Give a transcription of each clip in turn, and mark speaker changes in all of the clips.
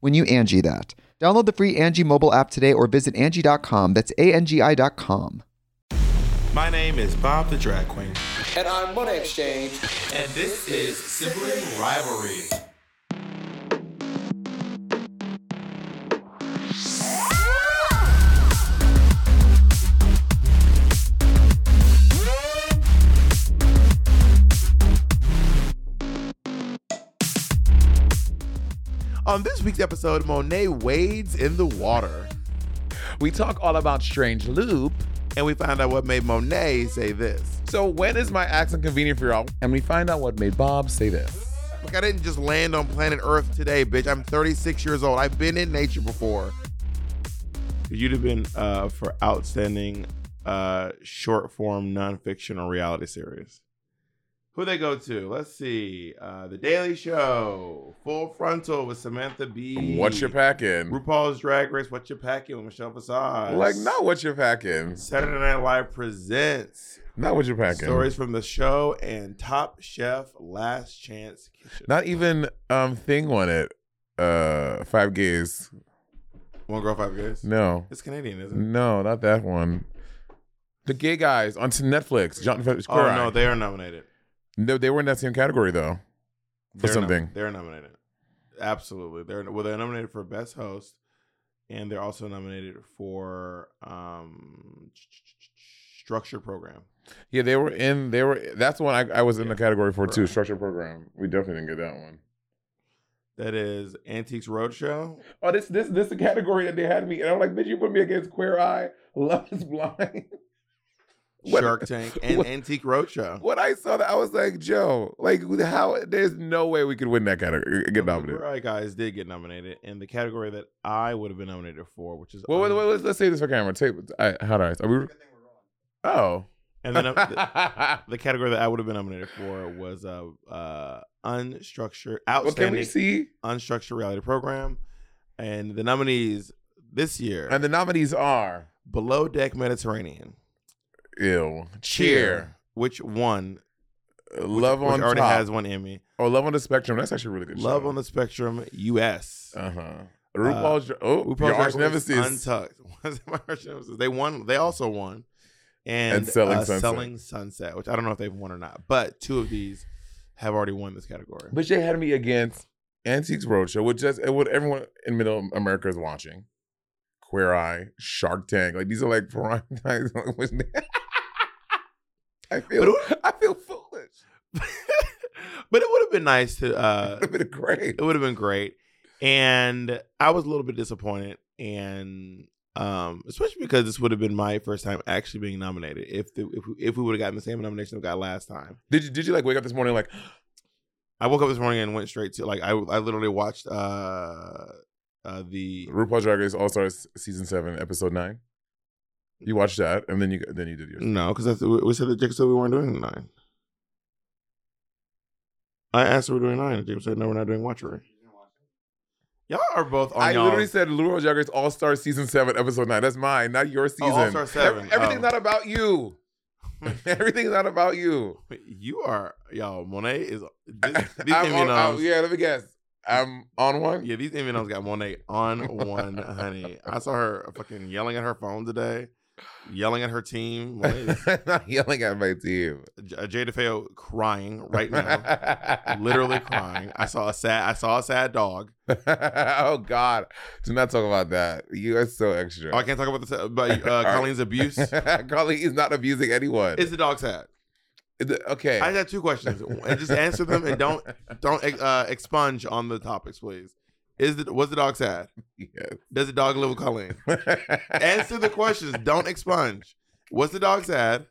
Speaker 1: when you Angie that. Download the free Angie mobile app today or visit Angie.com. That's A-N-G-I dot com.
Speaker 2: My name is Bob the Drag Queen.
Speaker 3: And I'm Money Exchange.
Speaker 2: And this is Sibling Rivalry. On this week's episode, Monet wades in the water.
Speaker 4: We talk all about Strange Loop.
Speaker 2: And we find out what made Monet say this.
Speaker 4: So when is my accent convenient for y'all? And we find out what made Bob say this.
Speaker 2: Like, I didn't just land on planet Earth today, bitch. I'm 36 years old. I've been in nature before. You'd have been uh, for outstanding uh, short form nonfiction or reality series. Who they go to? Let's see. Uh, the Daily Show, Full Frontal with Samantha Bee.
Speaker 4: What you packing?
Speaker 2: RuPaul's Drag Race. What you packing with Michelle Visage?
Speaker 4: Like not what you packing.
Speaker 2: Saturday Night Live presents
Speaker 4: Not what you packing.
Speaker 2: stories from the show and Top Chef Last Chance Kitchen.
Speaker 4: Not even um thing on it. Uh, five gays.
Speaker 2: one girl, five guys.
Speaker 4: No,
Speaker 2: It's Canadian, isn't it?
Speaker 4: no, not that one. The gay guys on to Netflix. John Square
Speaker 2: Oh no, they are nominated.
Speaker 4: no, they were in that same category though. For
Speaker 2: They're nom-
Speaker 4: something.
Speaker 2: they're nominated. Absolutely, they're well. They're nominated for best host, and they're also nominated for um structure program.
Speaker 4: Yeah, they were in. They were. That's the one I, I was in
Speaker 2: Yeah.
Speaker 4: the category for too.
Speaker 2: Right.
Speaker 4: Structure program. We definitely didn't get that one.
Speaker 2: That is Antiques Roadshow.
Speaker 4: oh, this this this the category that they had me, and I'm like, bitch, you put me against Queer Eye, Love Is Blind. What-
Speaker 2: Shark Tank and
Speaker 4: what-
Speaker 2: Antique Roadshow.
Speaker 4: when I saw that, I was like, Joe, like how? There's no way we could win that category. uh, Get
Speaker 2: The
Speaker 4: nominated.
Speaker 2: Right guys did get nominated, and the category that I would have been nominated for, which is
Speaker 4: Well, wait, wait, let's, let's say this for camera. Tape. I, how do I? Are we? Oh.
Speaker 2: and then uh, the, the category that I would have been nominated for was uh, uh unstructured
Speaker 4: well,
Speaker 2: outstanding
Speaker 4: can we see?
Speaker 2: unstructured reality program, and the nominees this year
Speaker 4: And the nominees are
Speaker 2: Below Deck Mediterranean,
Speaker 4: Ew, Cheer,
Speaker 2: which won,
Speaker 4: Love
Speaker 2: which
Speaker 4: on
Speaker 2: already
Speaker 4: Top,
Speaker 2: has one Emmy,
Speaker 4: or Love on the Spectrum. That's actually a really good.
Speaker 2: Love on the Spectrum, U.S.
Speaker 4: Uh huh. RuPaul's. oh,
Speaker 2: RuPaul's
Speaker 4: your
Speaker 2: Drag
Speaker 4: arch
Speaker 2: Race
Speaker 4: nemesis.
Speaker 2: Untucked. Was it my arch nemesis? They won. They also won, and,
Speaker 4: And Selling
Speaker 2: uh,
Speaker 4: Sunset.
Speaker 2: Selling Sunset, which I don't know if they've won or not, but two of these have already won this category.
Speaker 4: But they had me against Antiques Roadshow, which just what everyone in Middle America is watching. Queer Eye, Shark Tank, like these are like prime time. I feel, I feel foolish.
Speaker 2: but it would have been nice to. Uh,
Speaker 4: It'd been great.
Speaker 2: it would have been great, and I was a little bit disappointed, and um, especially because this would have been my first time actually being nominated. If the, if we, if we would have gotten the same nomination we got last time,
Speaker 4: Did you did you like wake up this morning like
Speaker 2: I woke up this morning and went straight to like I I literally watched uh, uh the
Speaker 4: RuPaul's Drag Race All Stars season seven episode nine? You watched that and then you then you did yours.
Speaker 2: No, because we we said that Jacob said we weren't doing nine. I asked if we're doing nine, and Jacob said no, we're not doing watchery. Y'all are both on
Speaker 4: I
Speaker 2: y'all.
Speaker 4: literally said Lou Jagger's All Star Season 7, Episode 9. That's mine, not your season.
Speaker 2: All-Star 7.
Speaker 4: Ev- everything's
Speaker 2: Oh.
Speaker 4: not about you. everything's not about you.
Speaker 2: you are y'all. Monet is
Speaker 4: I'm
Speaker 2: this, these
Speaker 4: on-
Speaker 2: Immunos.
Speaker 4: I'm-
Speaker 2: yeah.
Speaker 4: yeah, let me guess. I'm on one?
Speaker 2: these Immunos got Monet on one, honey. I saw her fucking yelling at her phone today, yelling at her team. Monet is-
Speaker 4: not yelling at my team.
Speaker 2: J- Jay DeFeo crying right now, literally crying. I saw a sad. I saw a sad dog.
Speaker 4: oh God! Do not talk about that. You are so extra.
Speaker 2: Oh, I can't talk about the but uh, Colleen's abuse.
Speaker 4: Carly is not abusing anyone.
Speaker 2: Is the dog sad?
Speaker 4: It- okay.
Speaker 2: I got two questions, and just answer them, and don't don't uh, expunge on the topics, please. Is the was the dog sad?
Speaker 4: Yes.
Speaker 2: Does the dog live with Colleen? Answer the questions. Don't expunge. Was the dog sad?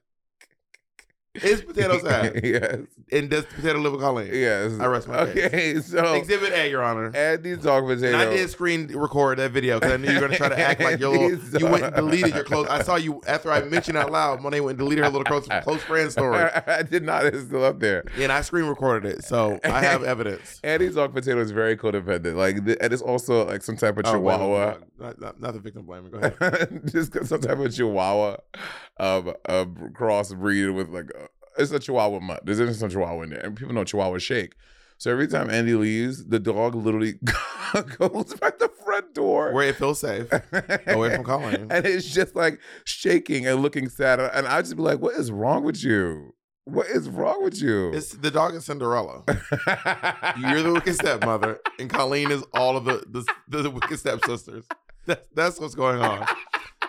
Speaker 2: Is potato sad?
Speaker 4: yes.
Speaker 2: And does the potato live with Colleen?
Speaker 4: Yes.
Speaker 2: I rest my
Speaker 4: okay, so
Speaker 2: Exhibit A, Your Honor.
Speaker 4: Andy's dog
Speaker 2: And
Speaker 4: potato.
Speaker 2: I did screen record that video because I knew you were gonna try to act like your little, you went and deleted your close. I saw you after I mentioned out loud. Monet went and deleted her little close close friend story,
Speaker 4: I did not. It's still up there.
Speaker 2: and I screen recorded it, so I have evidence.
Speaker 4: Andy's dog potato is very codependent. Like, th- and it's also like some type of
Speaker 2: Oh, wait, wait,
Speaker 4: chihuahua.
Speaker 2: wait, wait. Not, not, not the victim blaming. Go ahead.
Speaker 4: just 'cause some type of chihuahua, um, uh, crossbreed with like a, it's a chihuahua mutt. There's just some chihuahua in there, and people know chihuahua shake. So every time Andy leaves, the dog literally goes by the front door.
Speaker 2: Where it feels safe, away from Colleen.
Speaker 4: and it's just like shaking and looking sad. And I just be like, "What is wrong with you? What is wrong with you?"
Speaker 2: It's the dog is Cinderella. You're the wicked stepmother, and Colleen is all of the the, the wicked stepsisters. That's that's what's going on.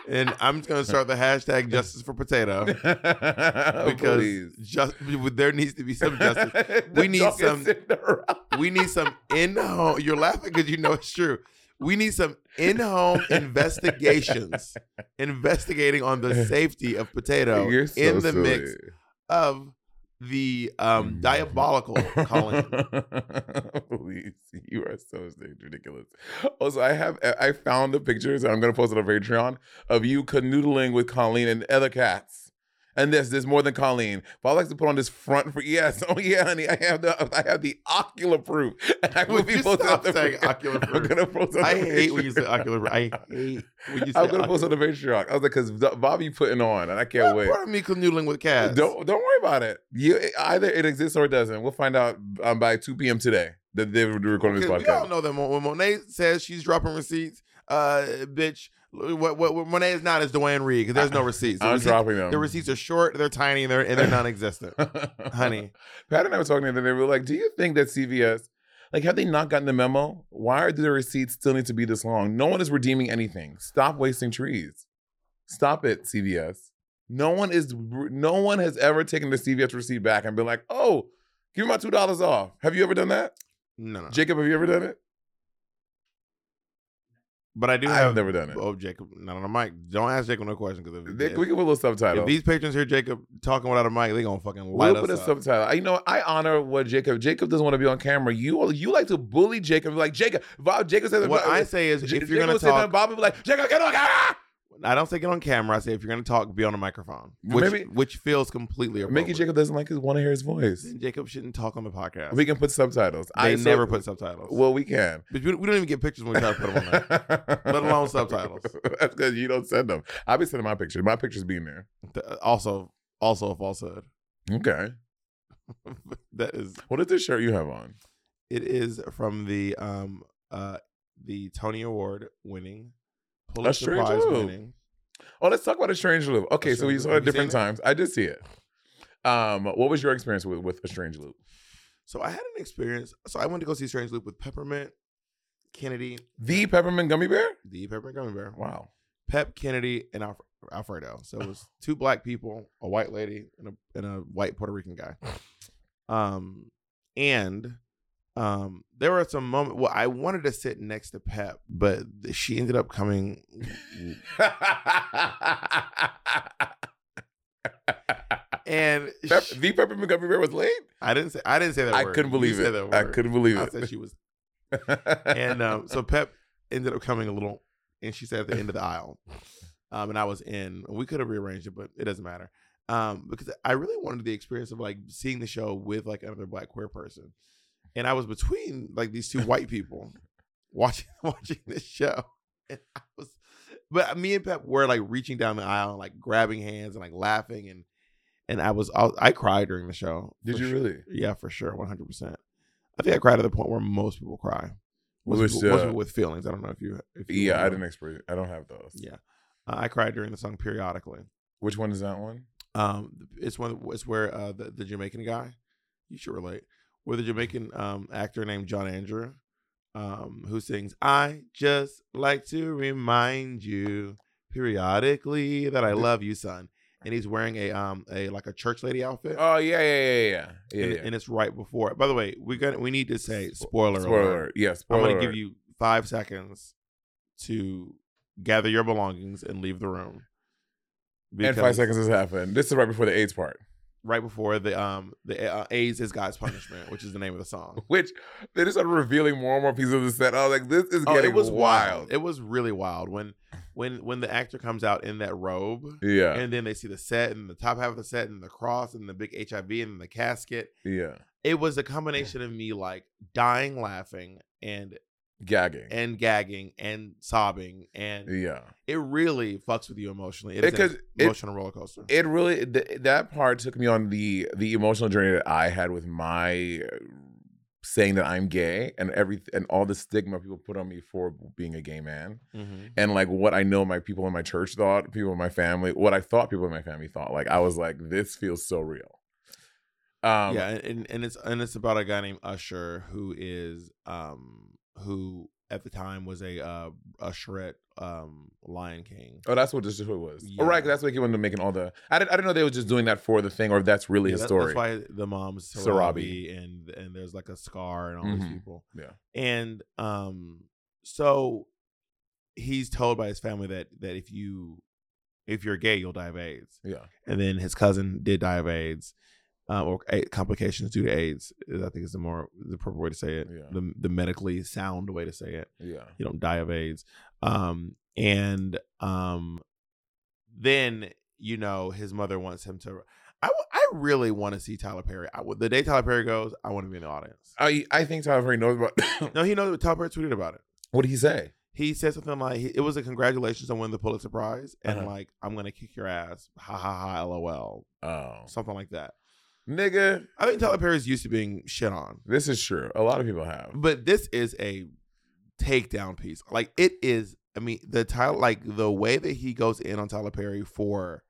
Speaker 2: And I'm just gonna start the hashtag justice for potato because
Speaker 4: Oh, Please.
Speaker 2: just there needs to be some justice. We
Speaker 4: The
Speaker 2: need
Speaker 4: dog is
Speaker 2: some-
Speaker 4: Cinderella.
Speaker 2: We need some in home. You're laughing because you know it's true. We need some in home investigations investigating on the safety of potato
Speaker 4: You're so
Speaker 2: in the
Speaker 4: silly. Mm-hmm.
Speaker 2: mix of the um, diabolical Colleen.
Speaker 4: Please, you are so sick, ridiculous. Also, I have I found the pictures and I'm gonna post it on Patreon of you canoodling with Colleen and other cats. And this, there's more than Colleen. Paul likes to put on this front for yes. Oh yeah, honey, I have the I have the ocular proof. And I will
Speaker 2: Would
Speaker 4: be
Speaker 2: you
Speaker 4: posting
Speaker 2: stop
Speaker 4: on the
Speaker 2: saying
Speaker 4: Patreon.
Speaker 2: ocular
Speaker 4: I'm
Speaker 2: proof?
Speaker 4: gonna post on
Speaker 2: I
Speaker 4: the
Speaker 2: hate when you say
Speaker 4: Patreon.
Speaker 2: ocular proof. I hate when you say
Speaker 4: I'm gonna post
Speaker 2: ocular
Speaker 4: on the Patreon. I was like, cause Bobby putting on, and I can't
Speaker 2: proof.
Speaker 4: wait.
Speaker 2: Part of me canoodling with cats.
Speaker 4: Don't don't worry about it. You either it exists or it doesn't. We'll find out um, by 2 p.m. today that they're recording this
Speaker 2: Because we all
Speaker 4: podcast.
Speaker 2: know that Mo- when Monet says she's dropping receipts, uh, bitch, what, what, what Monet is not is Dwayne Reed because there's no receipts. The
Speaker 4: I'm
Speaker 2: receipts-
Speaker 4: dropping them.
Speaker 2: The receipts are short, they're tiny, and they're and they're non-existent. e Honey,
Speaker 4: Pat and I were talking, and they were like, "Do you think that CVS, like, have they not gotten the memo? Why do the receipts still need to be this long? No one is redeeming anything. Stop wasting trees. Stop it, CVS. No one is. No one has ever taken the CVS receipt back and been like, "Oh, give me my two dollars off." Have you ever done that,
Speaker 2: no, no.
Speaker 4: Jacob? Have you ever done it?
Speaker 2: But I do
Speaker 4: I
Speaker 2: have.
Speaker 4: have never done it.
Speaker 2: Oh, Jacob, not on a mic. Don't ask Jacob no question because if,
Speaker 4: They-
Speaker 2: if-
Speaker 4: we can put a little
Speaker 2: if
Speaker 4: subtitle.
Speaker 2: these patrons hear Jacob talking without a mic, they gonna fucking light
Speaker 4: We'll put a
Speaker 2: us up.
Speaker 4: subtitle. I- You know, I honor what Jacob. Jacob doesn't want to be on camera. You you like to bully Jacob. Like Jacob, Bob. Jacob says
Speaker 2: What I say is,
Speaker 4: J-
Speaker 2: if you're
Speaker 4: Jacob
Speaker 2: gonna
Speaker 4: will sit down,
Speaker 2: talk,
Speaker 4: Bob will be like Jacob, get on camera.
Speaker 2: I don't say get on camera. I say if you're gonna talk, be on a microphone, which
Speaker 4: Maybe-
Speaker 2: which feels completely appropriate.
Speaker 4: Mickey Jacob doesn't like his want to hear his voice.
Speaker 2: Then Jacob shouldn't talk on the podcast.
Speaker 4: We can put subtitles.
Speaker 2: they
Speaker 4: so-
Speaker 2: never put subtitles.
Speaker 4: Well, we can.
Speaker 2: but we we don't even get pictures when we try to put them on. There.
Speaker 4: Let
Speaker 2: alone subtitles.
Speaker 4: That's because you don't send them. I'll be sending my picture. My picture's being there.
Speaker 2: Th- Also, also a falsehood.
Speaker 4: Okay.
Speaker 2: that is,
Speaker 4: What is this shirt you have on?
Speaker 2: it is from the um uh the Tony Award winning
Speaker 4: That's
Speaker 2: Pulitzer
Speaker 4: true,
Speaker 2: Prize
Speaker 4: too.
Speaker 2: winning.
Speaker 4: Oh, let's talk about a strange loop. Okay,
Speaker 2: A
Speaker 4: so we
Speaker 2: Strange
Speaker 4: saw
Speaker 2: Loop.
Speaker 4: it
Speaker 2: Have you
Speaker 4: different
Speaker 2: seen
Speaker 4: times. I did see it. Um, what was your experience with with a strange loop?
Speaker 2: So I had an experience. So I went to go see Strange Loop with Peppermint Kennedy,
Speaker 4: The peppermint gummy bear.
Speaker 2: the Peppermint Gummy Bear,
Speaker 4: Wow.
Speaker 2: Pep Kennedy, and Alf- Alfredo. So it was two black people, a white lady, and a and a white Puerto Rican guy. Um, and um, there were some moments. Well, I wanted to sit next to Pep, but she ended up coming. And
Speaker 4: Pep-
Speaker 2: she-
Speaker 4: the peppermint gummy bear was late.
Speaker 2: I didn't say I didn't say that.
Speaker 4: I
Speaker 2: word.
Speaker 4: couldn't
Speaker 2: You
Speaker 4: believe
Speaker 2: said
Speaker 4: it.
Speaker 2: that
Speaker 4: I
Speaker 2: word.
Speaker 4: couldn't believe
Speaker 2: I
Speaker 4: it.
Speaker 2: said she was and um, so Pep ended up coming a little, and she sat at the end of the aisle, um, and I was in. We could have rearranged it, but it doesn't matter um, because I really wanted the experience of like seeing the show with like another black queer person, and I was between like these two white people, watching watching this show, and I was, but me and Pep were like reaching down the aisle and like grabbing hands and like laughing and and I was I, was- I cried during the show.
Speaker 4: Did
Speaker 2: for
Speaker 4: you
Speaker 2: sure.
Speaker 4: really?
Speaker 2: Yeah, for sure, one hundred percent. I think I cried to the point where most people cry.
Speaker 4: We
Speaker 2: Most,
Speaker 4: wish,
Speaker 2: people, most
Speaker 4: uh,
Speaker 2: people with feelings. I don't know if you. If you
Speaker 4: Yeah, I
Speaker 2: were.
Speaker 4: didn't experience. I don't have those.
Speaker 2: Yeah, uh, I cried during the song periodically.
Speaker 4: Which one is that one?
Speaker 2: Um, it's one. It's where uh, the, the Jamaican guy, you should relate, with a Jamaican um actor named John Andrew, um, who sings "I just like to remind you periodically that I love you, son," and he's wearing a um a like a church lady outfit.
Speaker 4: Oh yeah, yeah, yeah, yeah, yeah.
Speaker 2: and,
Speaker 4: yeah.
Speaker 2: and it's right before. By the way, we got to we need to say
Speaker 4: Spo-
Speaker 2: spoiler,
Speaker 4: spoiler
Speaker 2: alert.
Speaker 4: alert. Yeah,
Speaker 2: I'm
Speaker 4: spoiler.
Speaker 2: going to give
Speaker 4: alert.
Speaker 2: you five seconds to gather your belongings and leave the room.
Speaker 4: And five
Speaker 2: Because-
Speaker 4: seconds has happened. This is right before the AIDS part.
Speaker 2: right before the um the uh, AIDS is God's punishment, which is the name of the song.
Speaker 4: Which they just started revealing more and more pieces of the set. I was like, this
Speaker 2: Oh,
Speaker 4: is getting wild.
Speaker 2: It was really wild when when when the actor comes out in that robe,
Speaker 4: yeah,
Speaker 2: and then they see the set and the top half of the set and the cross and the big HIV and the casket.
Speaker 4: yeah,
Speaker 2: It was a combination of me like dying laughing and
Speaker 4: gagging.
Speaker 2: and gagging and sobbing and
Speaker 4: yeah,
Speaker 2: it really fucks with you emotionally. It
Speaker 4: It
Speaker 2: is an
Speaker 4: could- it-
Speaker 2: emotional roller coaster.
Speaker 4: it really th- that part took me on the the emotional journey that I had with my uh, saying that I'm gay and every and all the stigma people put on me for being a gay man.
Speaker 2: Mhm.
Speaker 4: and like what I know my people in my church thought, people in my family, what I thought people in my family thought. Like I was like, this feels so real. Um,
Speaker 2: yeah, and, and and it's and it's about a guy named Usher who is um who at the time was a uh usherette um Lion King.
Speaker 4: Oh, that's what this is what it was. Oh,
Speaker 2: Yeah.
Speaker 4: right, 'cause that's what he wanted to making all the. I didn't, I didn't know they were just doing that for the thing, or if that's really
Speaker 2: Yeah,
Speaker 4: his
Speaker 2: that-
Speaker 4: story.
Speaker 2: That's why the mom's
Speaker 4: Sarabi.
Speaker 2: Sarabi, and and there's like a scar and all these
Speaker 4: Mhm.
Speaker 2: people.
Speaker 4: Yeah.
Speaker 2: And um so he's told by his family that that if you if you're gay you'll die of AIDS.
Speaker 4: yeah,
Speaker 2: and then his cousin did die of AIDS, uh, or a- complications due to AIDS. is, I think is the more the proper way to say it,
Speaker 4: Yeah.
Speaker 2: the the medically sound way to say it.
Speaker 4: yeah,
Speaker 2: You don't die of AIDS. Um, and um, then you know his mother wants him to. I, w- I really want to see Tyler Perry. I w- the day Tyler Perry goes, I want to be in the audience.
Speaker 4: I I think Tyler Perry knows about.
Speaker 2: No, he knows. Tyler Perry tweeted about it.
Speaker 4: what did he say?
Speaker 2: He said something like, "It was a congratulations on winning the Pulitzer Prize," and
Speaker 4: Uh-huh.
Speaker 2: like, "I'm gonna kick your ass." Ha ha ha! LOL.
Speaker 4: Oh,
Speaker 2: Something like that.
Speaker 4: nigga,
Speaker 2: I think Tyler Perry's used to being shit on,
Speaker 4: this is true. A lot of people have.
Speaker 2: but this is a takedown piece. Like it is. I mean, the Tyler, like the way that he goes in on Tyler Perry for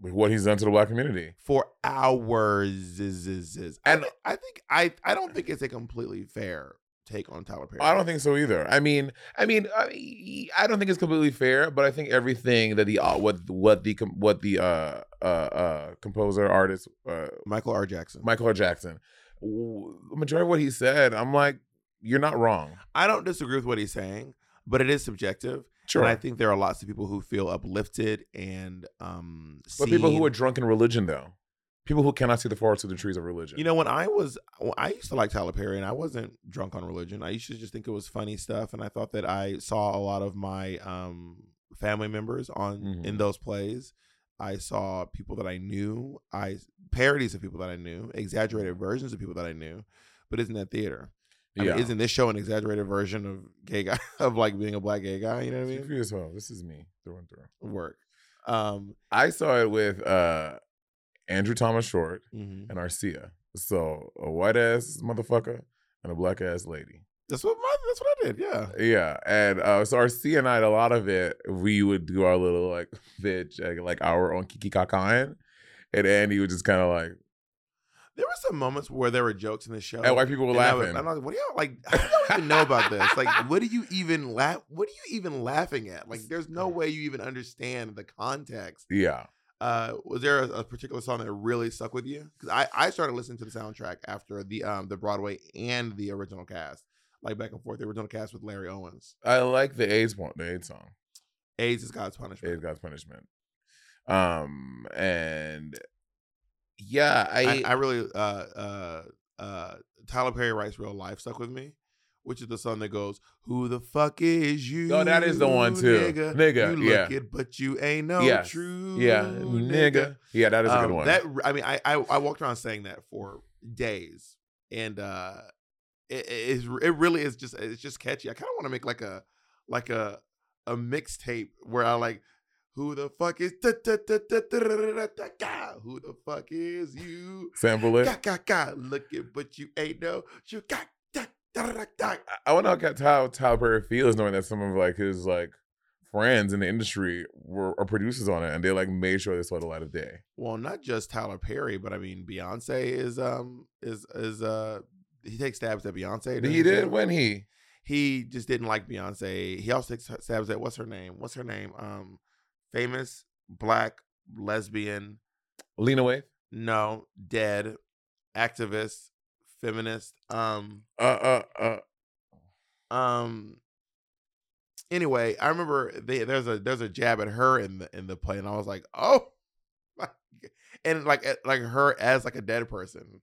Speaker 4: With what he's done to the black community.
Speaker 2: for hours is is is. And
Speaker 4: And-
Speaker 2: I think I I don't think it's a completely fair take on Tyler Perry.
Speaker 4: I don't think so either. I mean, I mean, I, I don't think it's completely fair, but I think everything that the uh, what what the com- what the uh uh, uh composer artist uh,
Speaker 2: Michael R. Jackson.
Speaker 4: Michael R. Jackson, w- majority of what he said, I'm like, you're not wrong.
Speaker 2: I don't disagree with what he's saying, but it is subjective,
Speaker 4: Sure,
Speaker 2: and I think there are lots of people who feel uplifted and um.
Speaker 4: but people
Speaker 2: seen.
Speaker 4: who are drunk in religion, though, people who cannot see the forest through the trees of religion.
Speaker 2: You know, when I was, when I used to like Tyler Perry, and I wasn't drunk on religion. I used to just think it was funny stuff, and I thought that I saw a lot of my um, family members on
Speaker 4: Mhm.
Speaker 2: in those plays. I saw people that I knew, I parodies of people that I knew, exaggerated versions of people that I knew. But isn't that theater? I mean,
Speaker 4: yeah.
Speaker 2: isn't this show an exaggerated version of gay guy of like being a black gay guy? You know what I
Speaker 4: Speak for
Speaker 2: mean?
Speaker 4: yourself. This is me through and through.
Speaker 2: Work. Um,
Speaker 4: I saw it with uh Andrew Thomas Short.
Speaker 2: mhm.
Speaker 4: and Arcia. So a white ass motherfucker and a black ass lady.
Speaker 2: That's what my, that's what I did. Yeah.
Speaker 4: Yeah, and uh, so Arcia and I, a lot of it, we would do our little like bitch, like, like our own kiki kakain, and Andy would just kind of like,
Speaker 2: There were some moments where there were jokes in the show.
Speaker 4: and white people were
Speaker 2: And I was-
Speaker 4: laughing.
Speaker 2: and I was like, what do y'all like? How do y'all even know about this? Like, what do you even laugh? What are you even laughing at? Like, there's no way you even understand the context.
Speaker 4: yeah,
Speaker 2: Uh, was there a, a particular song that really stuck with you? Because I, I started listening to the soundtrack after the um the Broadway and the original cast, like back and forth. The original cast with Larry Owens.
Speaker 4: I like the AIDS one, the AIDS song,
Speaker 2: AIDS is God's
Speaker 4: AIDS
Speaker 2: punishment.
Speaker 4: God's punishment. Um, and yeah,
Speaker 2: I,
Speaker 4: I,
Speaker 2: I really uh uh uh Tyler Perry writes real life stuck with me. Which is the song that goes, "Who the fuck is you?"
Speaker 4: Oh, that is the one, too.
Speaker 2: nigga.
Speaker 4: Nigga,
Speaker 2: you look
Speaker 4: yeah.
Speaker 2: it, but you ain't no
Speaker 4: Yes.
Speaker 2: true
Speaker 4: yeah, nigga, yeah, that is a good
Speaker 2: Um,
Speaker 4: one.
Speaker 2: That I mean, I, I I walked around saying that for days, and uh it is it really is just it's just catchy. I kind of want to make like a like a a mixtape where I like who the fuck is da- da- da- da- da- da- da- da- da- da? who the fuck is you?
Speaker 4: Sample it.
Speaker 2: Ga ga ga, look it, but you ain't no you got da da da da. da.
Speaker 4: I- I wonder how Ky- how Tyler Perry feels knowing that some of like his like friends in the industry were are producers on it, and they like made sure they saw the light of day.
Speaker 2: Well, not just Tyler Perry, but I mean Beyonce is um is is uh he takes stabs at Beyonce.
Speaker 4: He
Speaker 2: doesn't
Speaker 4: did when he
Speaker 2: he just didn't like Beyonce. He also takes stabs at what's her name? What's her name? Um, famous black lesbian,
Speaker 4: Lena Waithe.
Speaker 2: no, dead, activist, feminist. Um,
Speaker 4: Uh, uh, uh.
Speaker 2: um. Anyway, I remember they, there's a there's a jab at her in the in the play, and I was like, oh, and like at- like her as like a dead person,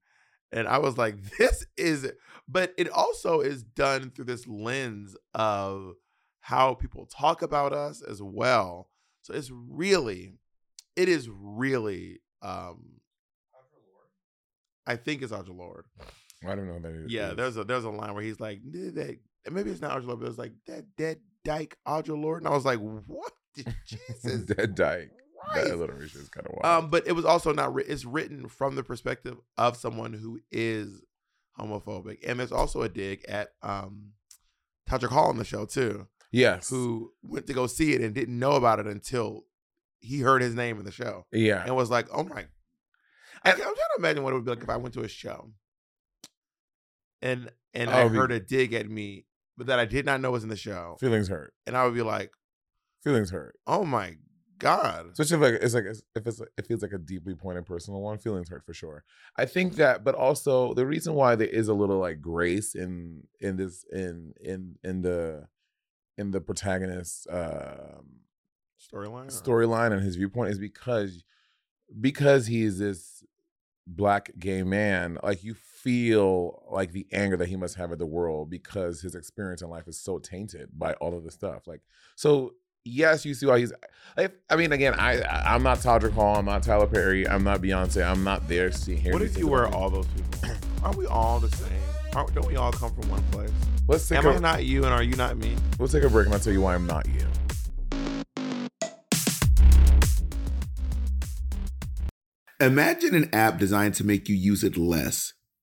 Speaker 2: and I was like, this is. But it also is done through this lens of how people talk about us as well. So it's really, it is really. um I think it's Audre Lorde.
Speaker 4: I don't know who that is.
Speaker 2: Yeah, there's a there's a line where he's like "Nah, that and maybe it's not Audre Lorde, but it's like that dead dyke Audre Lorde, and I was like, what? did- Jesus
Speaker 4: Dead Dyke. That
Speaker 2: Christ.
Speaker 4: alliteration is kind of wild.
Speaker 2: Um, but it was also not. writ it's written from the perspective of someone who is homophobic, and there's also a dig at um, Patrick Hall on the show too,
Speaker 4: yes.
Speaker 2: who went to go see it and didn't know about it until he heard his name in the show
Speaker 4: yeah.
Speaker 2: and was like, "Oh my!" I, I'm trying to imagine what it would be like if I went to a show and and I
Speaker 4: Oh, be-
Speaker 2: heard a dig at me, but that I did not know was in the show,
Speaker 4: Feelings hurt.
Speaker 2: and I would be like,
Speaker 4: Feelings hurt.
Speaker 2: "Oh my god!"
Speaker 4: Especially if like it's like if it's it feels like a deeply pointed personal one. Feelings hurt for sure. I think that, but also the reason why there is a little like grace in in this in in in the in the protagonist's um
Speaker 2: Storyline. or-
Speaker 4: storyline and his viewpoint is because because he is this black gay man like you feel like the anger that he must have at the world because his experience in life is so tainted by all of the stuff like so yes you see why he's like, i mean again i I- i'm not todrick hall i'm not tyler perry i'm not beyonce i'm not there seeing here
Speaker 2: What
Speaker 4: to
Speaker 2: if
Speaker 4: see
Speaker 2: you
Speaker 4: the-
Speaker 2: were all those people? Aren't we all the same? Aren't, don't we all come from one place?
Speaker 4: let's take
Speaker 2: Am I
Speaker 4: a
Speaker 2: not you and are you not me?
Speaker 4: we'll take a break and i'll tell you why i'm not you
Speaker 5: Imagine an app designed to make you use it less.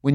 Speaker 1: when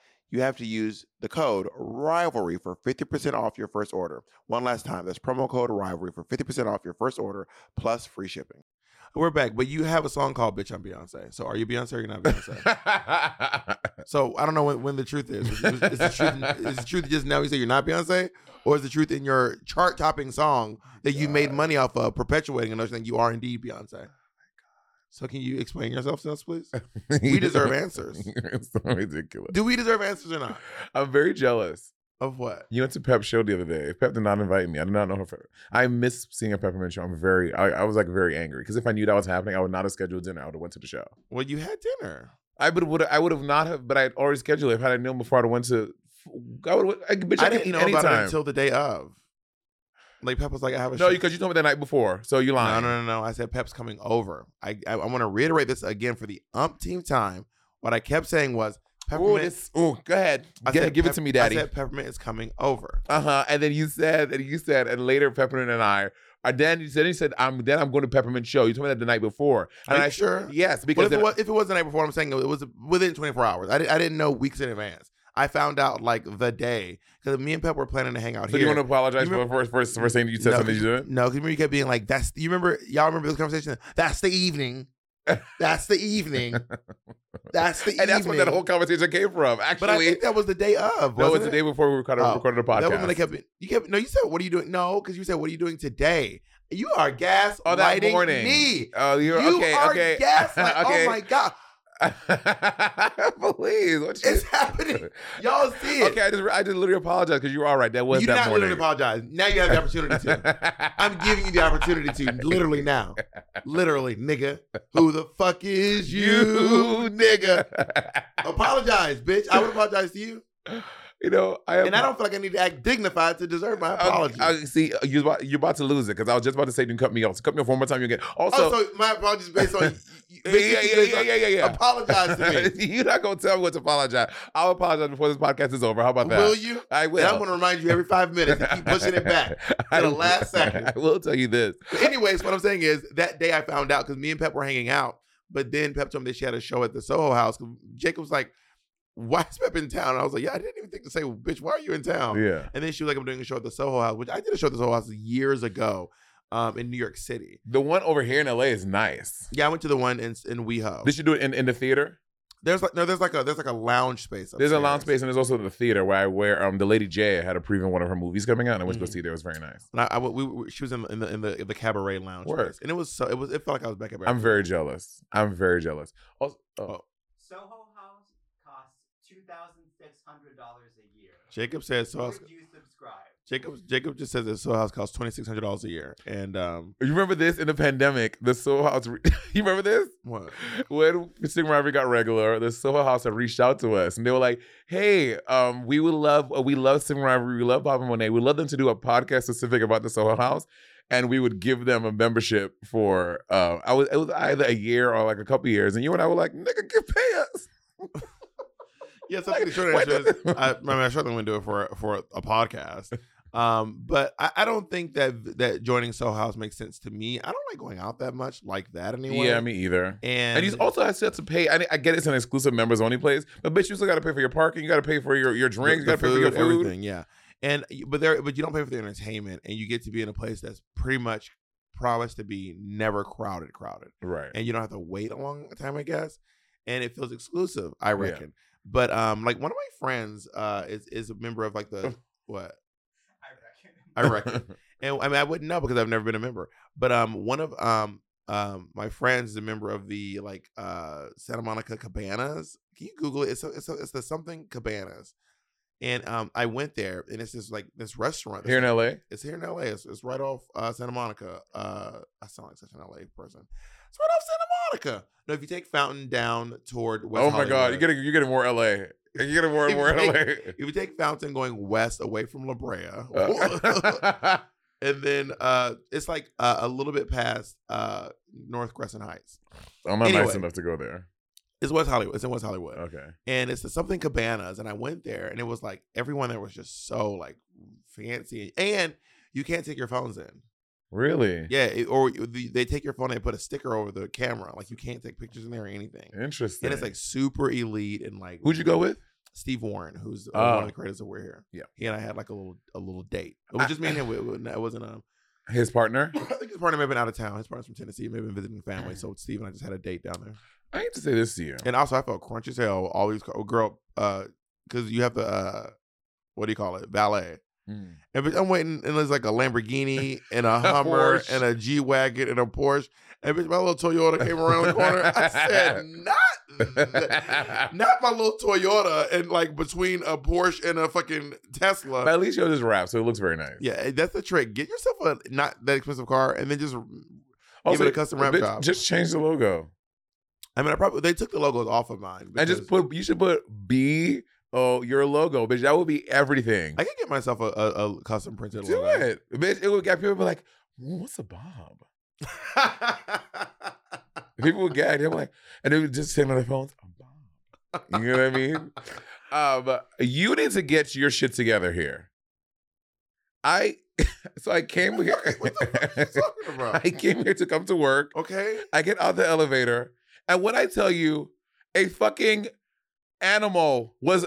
Speaker 2: you have to use the code rivalry for 50% off your first order. One last time, that's promo code rivalry for 50% off your first order plus free shipping. We're back, but you have a song called Bitch I'm Beyonce. So are you Beyonce or you're not Beyonce?
Speaker 4: Connecticut.
Speaker 2: so I don't know when, when the truth is. Is, is the truth, is the truth just now you say you're not Beyonce? Or is the truth in your chart topping song that you made money off of perpetuating a notion that you are indeed
Speaker 4: Oh
Speaker 2: Beyonce? So can you explain yourself to us, please? We deserve answers.
Speaker 4: it's so ridiculous.
Speaker 2: Do we deserve answers or not?
Speaker 4: I'm very jealous.
Speaker 2: Of what?
Speaker 4: You went to Pep's show the other day. If Pep did not invite me, I did not know her. For, I miss seeing a peppermint show. I'm very, I, I was like very angry because if I knew that was happening, I would not have scheduled dinner. I would have went to the show.
Speaker 2: Well, you had dinner.
Speaker 4: I would, would I would have not have, but I'd already scheduled it. If I had known before, I'd have went to. I would, I, could- bitch, I,
Speaker 2: I didn't
Speaker 4: could
Speaker 2: know
Speaker 4: eat
Speaker 2: about it
Speaker 4: anytime.
Speaker 2: until the day of. Like Pep was like, I have a
Speaker 4: no,
Speaker 2: show.
Speaker 4: because you told me the night before, so you
Speaker 2: no, no,
Speaker 4: lying.
Speaker 2: no, no. I said Pep's coming over. I I, I want to reiterate this again for the umpteenth time. What I kept saying was
Speaker 4: Ooh,
Speaker 2: peppermint.
Speaker 4: this, ooh, go ahead.
Speaker 2: I
Speaker 4: Get-
Speaker 2: said,
Speaker 4: give it
Speaker 2: Pep-
Speaker 4: to me, daddy.
Speaker 2: I said peppermint is coming over.
Speaker 4: Uh huh. And then you said, and you said, and later Peppermint and I, and then you said, you said, I'm then I'm going to Peppermint show. You told me that the night before. And
Speaker 2: Are you
Speaker 4: I
Speaker 2: sure?
Speaker 4: Yes,
Speaker 2: But
Speaker 4: because
Speaker 2: if it,
Speaker 4: then-
Speaker 2: was, if it was the night before, I'm saying it was within 24 hours. I, di- I didn't know weeks in advance. I found out like the day because me and Pep were planning to hang out
Speaker 4: so do you
Speaker 2: here.
Speaker 4: want to apologize
Speaker 2: You
Speaker 4: for
Speaker 2: remember-
Speaker 4: for, for, for saying you said
Speaker 2: no,
Speaker 4: something you didn't?
Speaker 2: No, because remember you kept being like, "That's you remember y'all remember this conversation? That's the evening. That's the evening. That's the evening."
Speaker 4: And that's where that whole conversation came from. Actually,
Speaker 2: But I think that was the day of.
Speaker 4: no, it was
Speaker 2: wasn't
Speaker 4: the
Speaker 2: it?
Speaker 4: day before we recorded,
Speaker 2: Oh,
Speaker 4: recorded the podcast.
Speaker 2: That was when I kept you kept no. You said, "What are you doing?" No, because you said, "What are you doing today?" You are gas
Speaker 4: oh, that
Speaker 2: lighting
Speaker 4: morning.
Speaker 2: me.
Speaker 4: Oh, you're
Speaker 2: you
Speaker 4: okay.
Speaker 2: are
Speaker 4: okay.
Speaker 2: gaslight-
Speaker 4: okay.
Speaker 2: Oh my god,
Speaker 4: Please, what you?
Speaker 2: it's happening. Y'all see it.
Speaker 4: Okay, I just I just literally apologize because you were all right. That was
Speaker 2: you did
Speaker 4: that
Speaker 2: not
Speaker 4: morning.
Speaker 2: literally apologize. Now you have the opportunity to. I'm giving you the opportunity to literally now. Literally, nigga. Who the fuck is you, nigga? Apologize, bitch. I would apologize to you.
Speaker 4: You know, I
Speaker 2: And I don't feel like I need to act dignified to deserve my apology.
Speaker 4: I, see, uh, you're about, you're about to lose it because I was just about to say, "Don't cut me off." So cut me off one more time. You get also.
Speaker 2: also, Oh, my apologies based on.
Speaker 4: yeah, yeah, yeah, yeah, yeah, yeah, yeah.
Speaker 2: Apologize to
Speaker 4: you're not gonna tell me what to apologize. I'll apologize before this podcast is over. How about
Speaker 2: me.
Speaker 4: that?
Speaker 2: Will you?
Speaker 4: I will.
Speaker 2: And I'm going to remind you every five minutes to keep pushing it back.
Speaker 4: I
Speaker 2: the
Speaker 4: will-
Speaker 2: last second.
Speaker 4: I will tell you this.
Speaker 2: But anyways, what I'm saying is that day I found out because me and Pep were hanging out, but then Pep told me that she had a show at the Soho House. Jacob was like, "Why is Pep in town?" I was like, "Yeah, I didn't even think to say, bitch, why are you in town?"
Speaker 4: Yeah.
Speaker 2: And then she was like, "I'm doing a show at the Soho House," which I did a show at the Soho House years ago um, in New York City.
Speaker 4: The one over here in LA is nice.
Speaker 2: Yeah, I went to the one in in WeHo.
Speaker 4: They should do it in, in the theater.
Speaker 2: There's like no, there's like a there's like a lounge space.
Speaker 4: There's a
Speaker 2: upstairs.
Speaker 4: lounge space, and there's also the theater where I where um the Lady J had a preview of one of her movies coming out, and I went to go
Speaker 2: Mhm.
Speaker 4: see. There It was very nice.
Speaker 2: And I, I- we, we- she was in, the- in the in the in the cabaret lounge,
Speaker 4: Work.
Speaker 2: space. and it was so it was it felt like I was back at.
Speaker 4: I'm very jealous. I'm very jealous. Also, oh.
Speaker 2: Oh.
Speaker 6: Soho House costs two thousand six hundred dollars a year.
Speaker 2: Jacob said Soho House.
Speaker 6: Would you subscribe?
Speaker 2: Jacob Jacob just says that Soho House costs twenty six hundred dollars a year, and um,
Speaker 4: You remember this in the pandemic? The Soho House. Re- you remember this?
Speaker 2: what?
Speaker 4: When Sting Rivalry got regular, the Soho House had reached out to us and they were like, "Hey, um, we would love, uh, we love Sting Rivalry, we love Bob and Monet, we love them to do a podcast specific about the Soho House." and we would give them a membership for uh, I was it was either a year or like a couple years, and you and I were like, "Nigga, give pay us."
Speaker 2: Yeah, something
Speaker 4: Like,
Speaker 2: short
Speaker 4: what
Speaker 2: answer is
Speaker 4: the-
Speaker 2: I, I mean, I certainly wouldn't do it for for a podcast. Um, but I, I don't think that that joining Soul House makes sense to me. I don't like going out that much like that anyway.
Speaker 4: Yeah, me either.
Speaker 2: and,
Speaker 4: And you also have to pay. I, I get it's an exclusive members only place, but bitch, you still got to pay for your parking. You got to pay for your, your drinks.
Speaker 2: the-
Speaker 4: you got to
Speaker 2: the
Speaker 4: pay for your food.
Speaker 2: everything. Yeah, and you- but there, but you don't pay for the entertainment, and you get to be in a place that's pretty much promised to be never crowded, crowded,
Speaker 4: Right.
Speaker 2: and you don't have to wait a long time, I guess, and it feels exclusive, I
Speaker 4: Yeah.
Speaker 2: reckon. But um, like one of my friends uh is is a member of like the what
Speaker 6: I reckon.
Speaker 2: I reckon. and I mean I wouldn't know because I've never been a member. But um, one of um um my friends is a member of the like uh Santa Monica Cabanas. Can you Google it? It's it's, it's the something Cabanas. And um, I went there, and it's this like this restaurant.
Speaker 4: Here in LA.
Speaker 2: it's here in L.A. It's, it's right off uh, Santa Monica. Uh, I sound like such an L.A. person. It's right off Santa Monica. No, if you take Fountain down toward West
Speaker 4: oh my God,
Speaker 2: Hollywood-
Speaker 4: you're getting you're getting more LA. You're getting more and more LA.
Speaker 2: if you take Fountain going west away from La Brea,
Speaker 4: Uh,
Speaker 2: and then uh it's like uh, a little bit past uh North Crescent Heights.
Speaker 4: I'm not
Speaker 2: Anyway.
Speaker 4: nice enough to go there.
Speaker 2: It's West Hollywood. It's in West Hollywood,
Speaker 4: Okay.
Speaker 2: and it's the something Cabanas. And I went there, and it was like everyone there was just so like fancy, and you can't take your phones in.
Speaker 4: Really?
Speaker 2: Yeah, it- or you- the- they take your phone and put a sticker over the camera, like you can't take pictures in there or anything.
Speaker 4: Interesting.
Speaker 2: And it's like super elite and like
Speaker 4: who'd you go with?
Speaker 2: Steve Warren, who's uh,
Speaker 4: Oh.
Speaker 2: one of the creators of We're Here.
Speaker 4: Yeah.
Speaker 2: he and I had like a little a little date. It was just me and him. It wasn't- It wasn't um.
Speaker 4: His partner.
Speaker 2: I think his partner may have been out of town. His partner's from Tennessee, maybe been visiting family. So Steve and I just had a date down there.
Speaker 4: I hate to say this to you.
Speaker 2: And also, I felt crunch as hell. Always, oh, girl, because you have to, uh, what do you call it, valet.
Speaker 4: Mm.
Speaker 2: And bitch, I'm waiting, and there's like a Lamborghini and a Hummer
Speaker 4: Porsche.
Speaker 2: and a G wagon and a Porsche. And bitch, my little Toyota came around the corner. I said, not, th- not my little Toyota, and like between a Porsche and a fucking Tesla.
Speaker 4: But at least you have this wrap, so it looks very nice.
Speaker 2: Uh, yeah, that's the trick. Get yourself a not that expensive car, and then just
Speaker 4: Also,
Speaker 2: it a custom wrap
Speaker 4: bitch,
Speaker 2: job.
Speaker 4: Just change the logo.
Speaker 2: I mean, I probably they took the logos off of mine.
Speaker 4: And just
Speaker 2: because
Speaker 4: put you should put B O your logo, bitch. That would be everything.
Speaker 2: I could get myself a, a, a custom printed
Speaker 4: Do
Speaker 2: logo.
Speaker 4: it. Bitch, it would get people would be like, "Ooh, what's a bob? People would gag. They're like, and they would just send on their phones, a bob. You know what I mean? Um, you need to get your shit together here. I so I came here.
Speaker 2: what the fuck are you talking about?
Speaker 4: I came here to come to work.
Speaker 2: okay.
Speaker 4: I get out the elevator, and when I tell you, a fucking animal was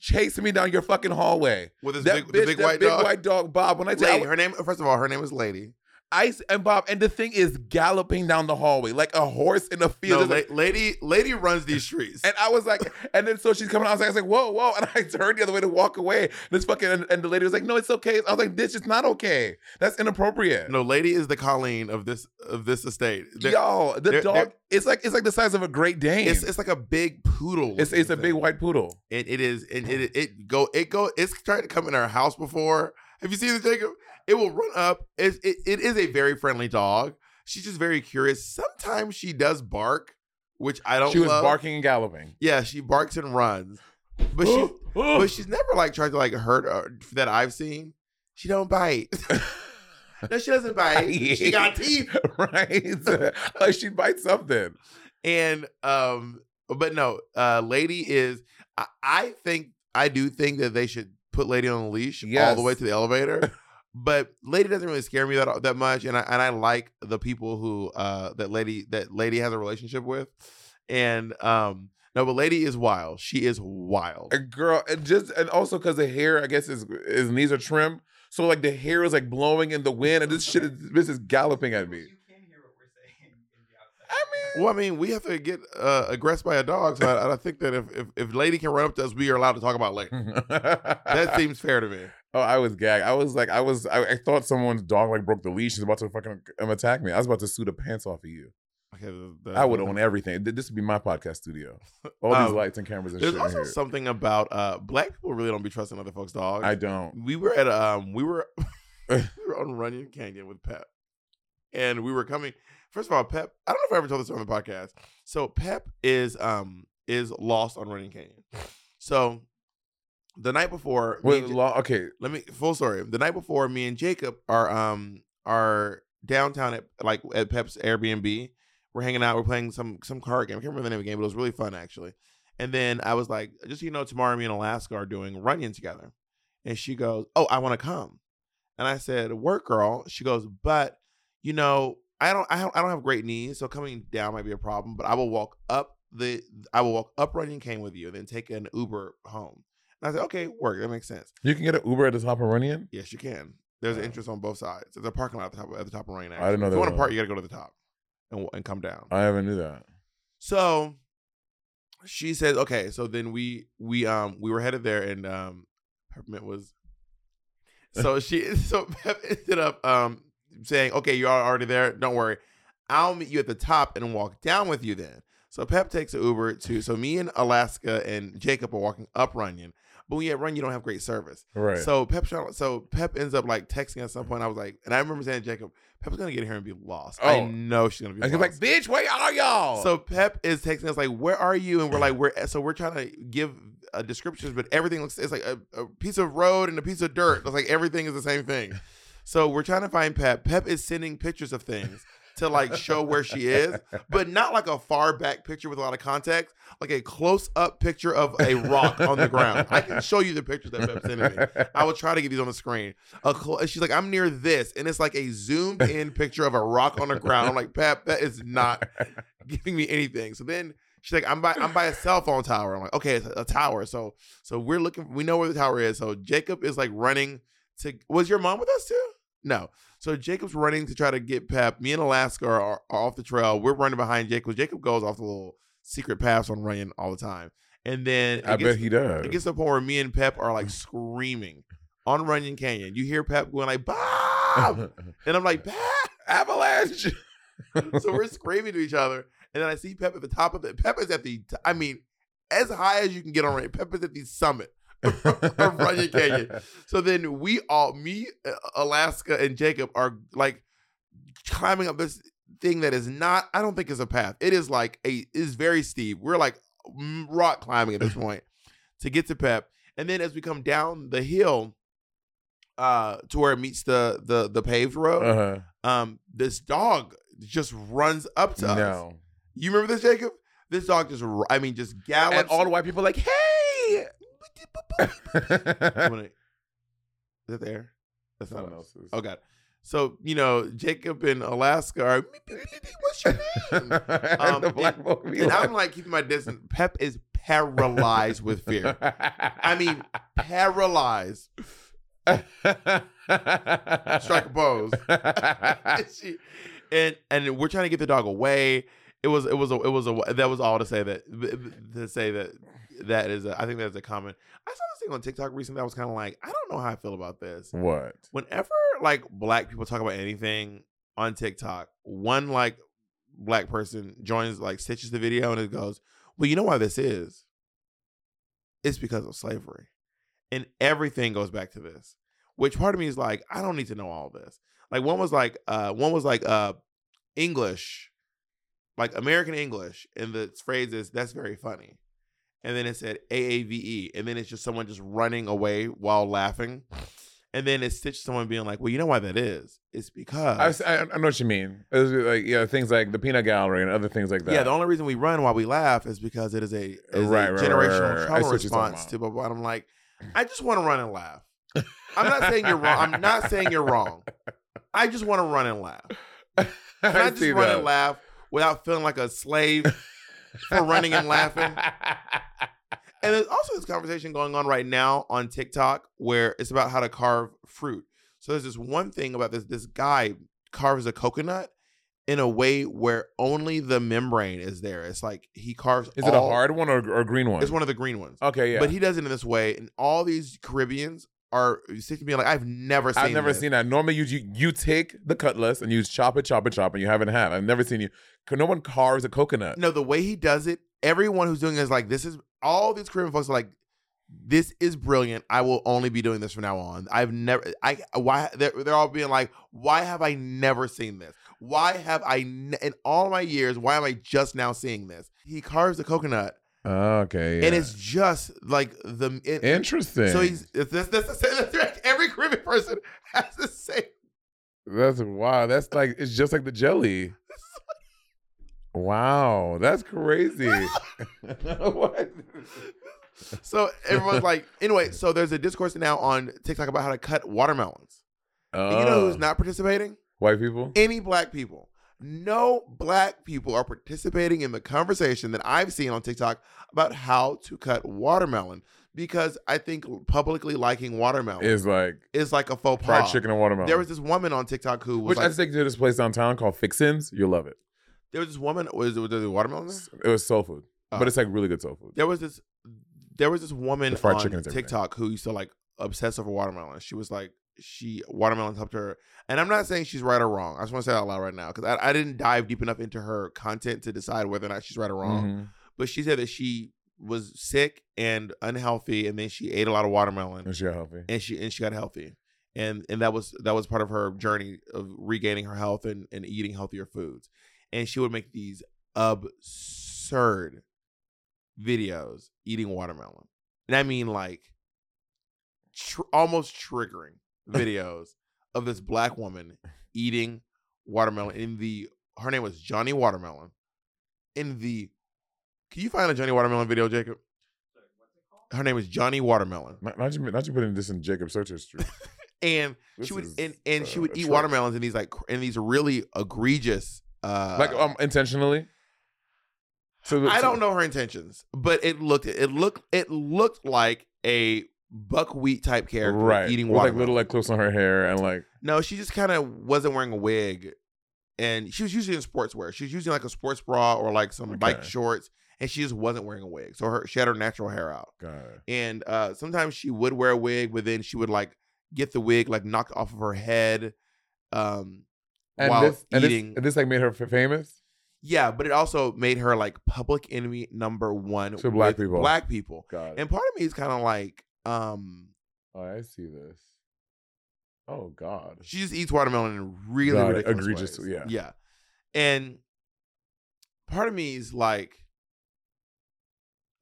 Speaker 4: chasing me down your fucking hallway.
Speaker 2: With this
Speaker 4: That
Speaker 2: big,
Speaker 4: bitch,
Speaker 2: the big
Speaker 4: that
Speaker 2: white
Speaker 4: big
Speaker 2: dog.
Speaker 4: white dog, Bob. When I tell
Speaker 2: Lady,
Speaker 4: you,
Speaker 2: her name. First of all, her name is Lady.
Speaker 4: Ice and Bob, and the thing is galloping down the hallway like a horse in a
Speaker 2: No,
Speaker 4: field. Just
Speaker 2: La-
Speaker 4: like-
Speaker 2: Lady, Lady runs these streets.
Speaker 4: and I was like, and then so she's coming out. I was like, I was like, whoa, whoa. And I turned the other way to walk away. This fucking and, and the lady was like, no, it's okay. I was like, this is not okay. That's inappropriate.
Speaker 2: no, Lady is the Colleen of this of this estate. They're-
Speaker 4: Y'all, the
Speaker 2: they're-
Speaker 4: dog.
Speaker 2: they're-
Speaker 4: it's like it's like the size of a Great Dane.
Speaker 2: it's it's like a big poodle.
Speaker 4: it's,
Speaker 2: looking
Speaker 4: it's a
Speaker 2: thing.
Speaker 4: big white poodle.
Speaker 2: And it is, and it it go it go. It's tried to come in our house before. Have you seen it, Jacob? It will run up. It, it it is a very friendly dog. She's just very curious. Sometimes she does bark, which I don't.
Speaker 4: She was
Speaker 2: love.
Speaker 4: barking and galloping.
Speaker 2: Yeah, she barks and runs, but she but she's never like tried to like hurt her, that I've seen. She don't bite. no, she doesn't bite. She got teeth.
Speaker 4: right? like she bites something.
Speaker 2: And um, but no, uh, Lady is. I, I think I do think that they should put Lady on a leash all
Speaker 4: Yes.
Speaker 2: the way to the elevator. But Lady doesn't really scare me that that much, and I and I like the people who uh that Lady that Lady has a relationship with, and um no, but Lady is wild. She is wild.
Speaker 4: A girl, and just and also because the hair, I guess his his knees are trimmed, so like the hair is like blowing in the wind, and this shit is this is galloping at me.
Speaker 6: You can hear what we're saying in the outside.
Speaker 4: I mean,
Speaker 2: Well, I mean, we have to get uh, aggressed by a dog, so I, I think that if, if if Lady can run up to us, we are allowed to talk about Lady. That
Speaker 4: that
Speaker 2: seems fair to me.
Speaker 4: Oh, I was gagged. I was like, I was, I, I thought someone's dog like broke the leash. She's about to fucking um, attack me. I was about to sue the pants off of you.
Speaker 2: Okay, th- th-
Speaker 4: I would own everything. Th- This would be my podcast studio. All
Speaker 2: Um,
Speaker 4: these lights and cameras and shit.
Speaker 2: There's
Speaker 4: in
Speaker 2: also
Speaker 4: here.
Speaker 2: something about uh, black people really don't be trusting other folks' dogs.
Speaker 4: I don't.
Speaker 2: we were at um we were we were on Runyon Canyon with Pep, and we were coming. First of all, Pep, I don't know if I ever told this on the podcast. So Pep is um is lost on Runyon Canyon. So the night before, me
Speaker 4: Wait,
Speaker 2: and Ja-
Speaker 4: law, okay.
Speaker 2: let me full story. The night before, me and Jacob are um are downtown at like at Pep's Airbnb. We're hanging out. We're playing some some card game. I can't remember the name of the game, but it was really fun actually. And then I was like, just so you know, tomorrow me and Alaska are doing Runyon together. And she goes, "Oh, I want to come." And I said, "Work, girl." She goes, "But you know, I don't, I don't, I don't have great knees, so coming down might be a problem. But I will walk up the, I will walk up Runyon Cane with you, then take an Uber home." And I said, "Okay, work. That makes sense."
Speaker 4: You can get an Uber at the top of Runyon.
Speaker 2: Yes, you can. There's an entrance on both sides. There's a parking lot at the top, at the top of Rain.
Speaker 4: I didn't know
Speaker 2: If you
Speaker 4: there Uh, was
Speaker 2: want to
Speaker 4: one.
Speaker 2: park, you got to go to the top and and come down.
Speaker 4: I haven't knew that.
Speaker 2: So she says, okay. So then we we um we were headed there, and um peppermint was. So she so Pep ended up um saying, okay, you are already there. Don't worry, I'll meet you at the top and walk down with you then. So Pep takes an Uber to so me and Alaska and Jacob are walking up Runyon, but when you at Runyon, you don't have great service.
Speaker 4: Right.
Speaker 2: So Pep, shot- so Pep ends up like texting at some point. I was like, and I remember saying, to Jacob, Pep's gonna get here and be lost. I
Speaker 4: Oh.
Speaker 2: know she's gonna be
Speaker 4: I was
Speaker 2: lost.
Speaker 4: like, bitch, where are y'all?
Speaker 2: So Pep is texting us like, "Where are you?" And we're like, "We're so we're trying to give uh, descriptions, but everything looks it's like a, a piece of road and a piece of dirt. It's like everything is the same thing." So we're trying to find Pep. Pep is sending pictures of things to like show where she is, but not like a far back picture with a lot of context, like a close up picture of a rock on the ground. I can show you the pictures that Pep's sending me. I will try to get these on the screen. A cl- she's like, I'm near this, and it's like a zoomed in picture of a rock on the ground. I'm like, Pep, that is not giving me anything. So then she's like, I'm by I'm by a cell phone tower. I'm like, okay, it's a, a tower. So so we're looking. We know where the tower is. So Jacob is like running to. Was your mom with us too? No. So Jacob's running to try to get Pep. Me and Alaska are, are off the trail. We're running behind Jacob. Jacob goes off the little secret paths on running all the time. And then
Speaker 4: I
Speaker 2: it gets-
Speaker 4: bet he does.
Speaker 2: it gets to the point where me and Pep are like screaming on Runyon Canyon. You hear Pep going like "Bob," and I'm like "Pep!"
Speaker 4: Avalanche.
Speaker 2: So we're screaming to each other, and then I see Pep at the top of the. Pep is at the. t- I mean, as high as you can get on Runyon. Pep is at the summit of Runyon Canyon. So then we all, me, uh, Alaska, and Jacob are like climbing up this thing that is not. I don't think is a path. It is like a is very steep. We're like mm, rock climbing at this point to get to Pep. And then as we come down the hill, uh, to where it meets the the the paved road,
Speaker 4: Uh-huh.
Speaker 2: um, this dog just runs up to us.
Speaker 4: No.
Speaker 2: You remember this, Jacob? This dog just, ru- I mean, just gallops.
Speaker 4: And all the white people are like, hey.
Speaker 2: I'm gonna- Is that there? That's not
Speaker 4: Someone
Speaker 2: us.
Speaker 4: else's.
Speaker 2: Oh God. So you know, Jacob and Alaska are. What's your name?
Speaker 4: and
Speaker 2: Um,
Speaker 4: the black folk be
Speaker 2: and I'm like keeping my distance. Pep is paralyzed with fear. I mean, paralyzed. Strike a pose. and, she, and and we're trying to get the dog away. It was it was a it was a that was all to say that to say that that is a, I think that's a comment. I saw this thing on TikTok recently. I was kind of like I don't know how I feel about this.
Speaker 4: What?
Speaker 2: Whenever like black people talk about anything on TikTok, one like black person joins like stitches the video and it goes, "Well, you know why this is? It's because of slavery." And everything goes back to this which part of me is like, I don't need to know all this. Like one was like, uh, one was like uh, English, like American English, and the phrase is that's very funny. And then it said AAVE, E, and then it's just someone just running away while laughing, and then it's stitched someone being like, well, you know why that is? It's because
Speaker 4: I, was- I, I know what you mean. It was like yeah, things like the peanut gallery and other things like that.
Speaker 2: Yeah, the only reason we run while we laugh is because it is a, is a
Speaker 4: Right, right, right, right,
Speaker 2: generational
Speaker 4: right, right. I see
Speaker 2: trauma
Speaker 4: what you're talking
Speaker 2: response
Speaker 4: about.
Speaker 2: to blah blah. And I'm like, I just want to run and laugh. I'm not saying you're wrong. I'm not saying you're wrong. I just want to run and laugh.
Speaker 4: I
Speaker 2: Can I, just
Speaker 4: see
Speaker 2: run
Speaker 4: that.
Speaker 2: and laugh without feeling like a slave for running and laughing? And there's also this conversation going on right now on TikTok where it's about how to carve fruit. So there's this one thing about this this guy carves a coconut in a way where only the membrane is there. It's like he carves
Speaker 4: Is it a
Speaker 2: all-
Speaker 4: hard one or, or a green one?
Speaker 2: It's one of the green ones.
Speaker 4: Okay, yeah.
Speaker 2: But he does it in this way, and all these Caribbeans are sitting being like, I've never seen
Speaker 4: I've never
Speaker 2: this."
Speaker 4: seen that. Normally, you, you you take the cutlass and you chop it, chop it, chop, and you have it in hand. I've never seen you. 'cause No one carves a coconut.
Speaker 2: No, the way he does it, everyone who's doing it is like, this is all these Korean folks are like, this is brilliant. I will only be doing this from now on. I've never, I why they're, they're all being like, why have I never seen this? Why have I ne- in all my years? Why am I just now seeing this? He carves a coconut,
Speaker 4: Oh, okay,
Speaker 2: and
Speaker 4: yeah.
Speaker 2: it's just like the it-
Speaker 4: interesting.
Speaker 2: So he's that's, that's, the same, that's right. every Caribbean person has the same
Speaker 4: That's wow. That's like it's just like the jelly. Wow, that's crazy. what?
Speaker 2: So everyone's like, anyway, so there's a discourse now on TikTok about how to cut watermelons. And you know who's
Speaker 4: Oh,
Speaker 2: not participating?
Speaker 4: white people?
Speaker 2: Any black people. No black people are participating in the conversation that I've seen on TikTok about how to cut watermelon because I think publicly liking watermelon is,
Speaker 4: Is like
Speaker 2: like a faux
Speaker 4: fried
Speaker 2: pas.
Speaker 4: chicken and watermelon.
Speaker 2: There was this woman on TikTok who was
Speaker 4: which I
Speaker 2: like,
Speaker 4: take you to this place downtown called Fixins. You'll love it.
Speaker 2: there was this woman was, was there watermelon there?
Speaker 4: It was soul food,
Speaker 2: Oh.
Speaker 4: but it's like really good soul food.
Speaker 2: there was this there was this woman
Speaker 4: The fried
Speaker 2: on
Speaker 4: chicken's everything.
Speaker 2: TikTok who used to like obsess over watermelon. She was like, she watermelons helped her, and I'm not saying she's right or wrong. I just want to say that out loud right now because I, I didn't dive deep enough into her content to decide whether or not she's right or wrong.
Speaker 4: Mhm.
Speaker 2: But she said that she was sick and unhealthy, and then she ate a lot of watermelon,
Speaker 4: And she got healthy.
Speaker 2: and she and she got healthy, and and that was that was part of her journey of regaining her health and and eating healthier foods, and she would make these absurd videos eating watermelon, and I mean like tr- almost triggering videos of this black woman eating watermelon in the her name was Johnny Watermelon in the can you find a Johnny Watermelon video, Jacob? Her name is Johnny Watermelon.
Speaker 4: Not, not you, not you putting this in Jacob's search history.
Speaker 2: And
Speaker 4: This
Speaker 2: she would
Speaker 4: is,
Speaker 2: and, and she
Speaker 4: uh,
Speaker 2: would
Speaker 4: a
Speaker 2: eat
Speaker 4: trick.
Speaker 2: watermelons in these like cr- in these really egregious uh
Speaker 4: like um, intentionally. So the-
Speaker 2: I don't
Speaker 4: so-
Speaker 2: know her intentions, but it looked it looked it looked like a buckwheat type character
Speaker 4: Right,
Speaker 2: eating
Speaker 4: with like
Speaker 2: watermelon.
Speaker 4: little like clips on her hair and like
Speaker 2: no, she just kind of wasn't wearing a wig and she was usually in sportswear. She was using like a sports bra or like some bike
Speaker 4: Okay.
Speaker 2: shorts and she just wasn't wearing a wig. So her she had her natural hair out.
Speaker 4: God.
Speaker 2: and uh sometimes she would wear a wig but then she would like get the wig like knocked off of her head um
Speaker 4: And
Speaker 2: while
Speaker 4: this, and this-
Speaker 2: eating
Speaker 4: and this like made her f- famous.
Speaker 2: yeah but it also made her like public enemy number one
Speaker 4: To black
Speaker 2: with
Speaker 4: people.
Speaker 2: black people
Speaker 4: God.
Speaker 2: and part of me is kind of like um
Speaker 4: Oh, I see this. Oh God.
Speaker 2: she just eats watermelon in really
Speaker 4: Got it.
Speaker 2: ridiculous
Speaker 4: Egregious,
Speaker 2: ways.
Speaker 4: yeah.
Speaker 2: yeah and part of me is like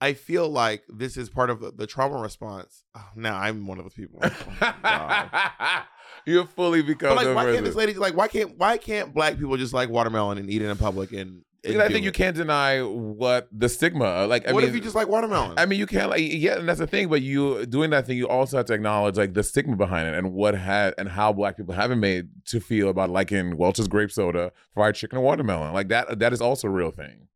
Speaker 2: I feel like this is part of the, the trauma response. Oh, now I'm one of those people. Oh God.
Speaker 4: You're fully become.
Speaker 2: But like,
Speaker 4: the
Speaker 2: why can't
Speaker 4: president.
Speaker 2: this lady like why can't why can't black people just like watermelon and eat it in public and, and
Speaker 4: Because I
Speaker 2: do
Speaker 4: think you
Speaker 2: it?
Speaker 4: can't deny what the stigma. Like, I
Speaker 2: what
Speaker 4: mean,
Speaker 2: if you just like watermelon?
Speaker 4: I mean, you can't like yeah, and that's the thing. But you doing that thing, you also have to acknowledge like the stigma behind it and what had and how black people have been made to feel about liking Welch's grape soda, fried chicken, and watermelon. Like that, that is also a real thing.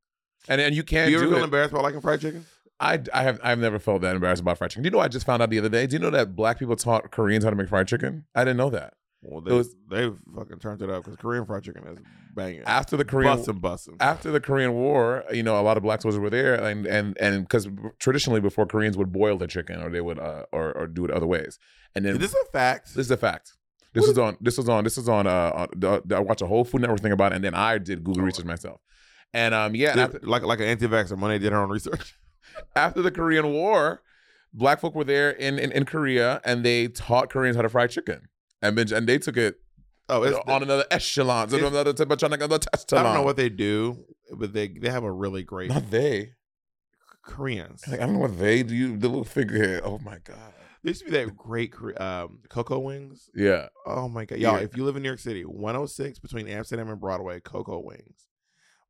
Speaker 4: And and you can't
Speaker 2: do you ever
Speaker 4: do
Speaker 2: feel
Speaker 4: it.
Speaker 2: embarrassed about liking fried chicken?
Speaker 4: I I have I've never felt that embarrassed about fried chicken. Do you know what I just found out the other day? Do you know that black people taught Koreans how to make fried chicken? I didn't know that.
Speaker 2: Well,
Speaker 4: they- was-
Speaker 2: they fucking turned it up because Korean fried chicken is banging.
Speaker 4: After the Korean
Speaker 2: Bussin', bussin'.
Speaker 4: after the Korean War, you know, a lot of black soldiers were there, and and and because traditionally before Koreans would boil the chicken or they would uh, or or do it other ways, and then
Speaker 2: Is this a fact?
Speaker 4: This is a fact. This was on. This was on. This was on. Uh, on, I watched a whole Food Network thing about it, and then I did Google research myself. And um, Oh, yeah, and
Speaker 2: Did-
Speaker 4: after,
Speaker 2: like like an anti-vaxxer, Monday did her own research.
Speaker 4: after the Korean War, black folk were there in, in in Korea, and they taught Koreans how to fry chicken, and then- and they took it uh,
Speaker 2: Oh, it's,
Speaker 4: on another echelon, to
Speaker 2: it's-
Speaker 4: another type of another
Speaker 2: I
Speaker 4: echelon.
Speaker 2: don't know what they do, but they they have a really great
Speaker 4: Not they.
Speaker 2: Koreans.
Speaker 4: Like, I don't know what they do. The little figurehead. Oh my god.
Speaker 2: There used to be that great Kore- um, cocoa wings.
Speaker 4: Yeah.
Speaker 2: Oh my god, y'all!
Speaker 4: Yeah.
Speaker 2: If you live in New York City, 106 between Amsterdam and Broadway, Cocoa Wings.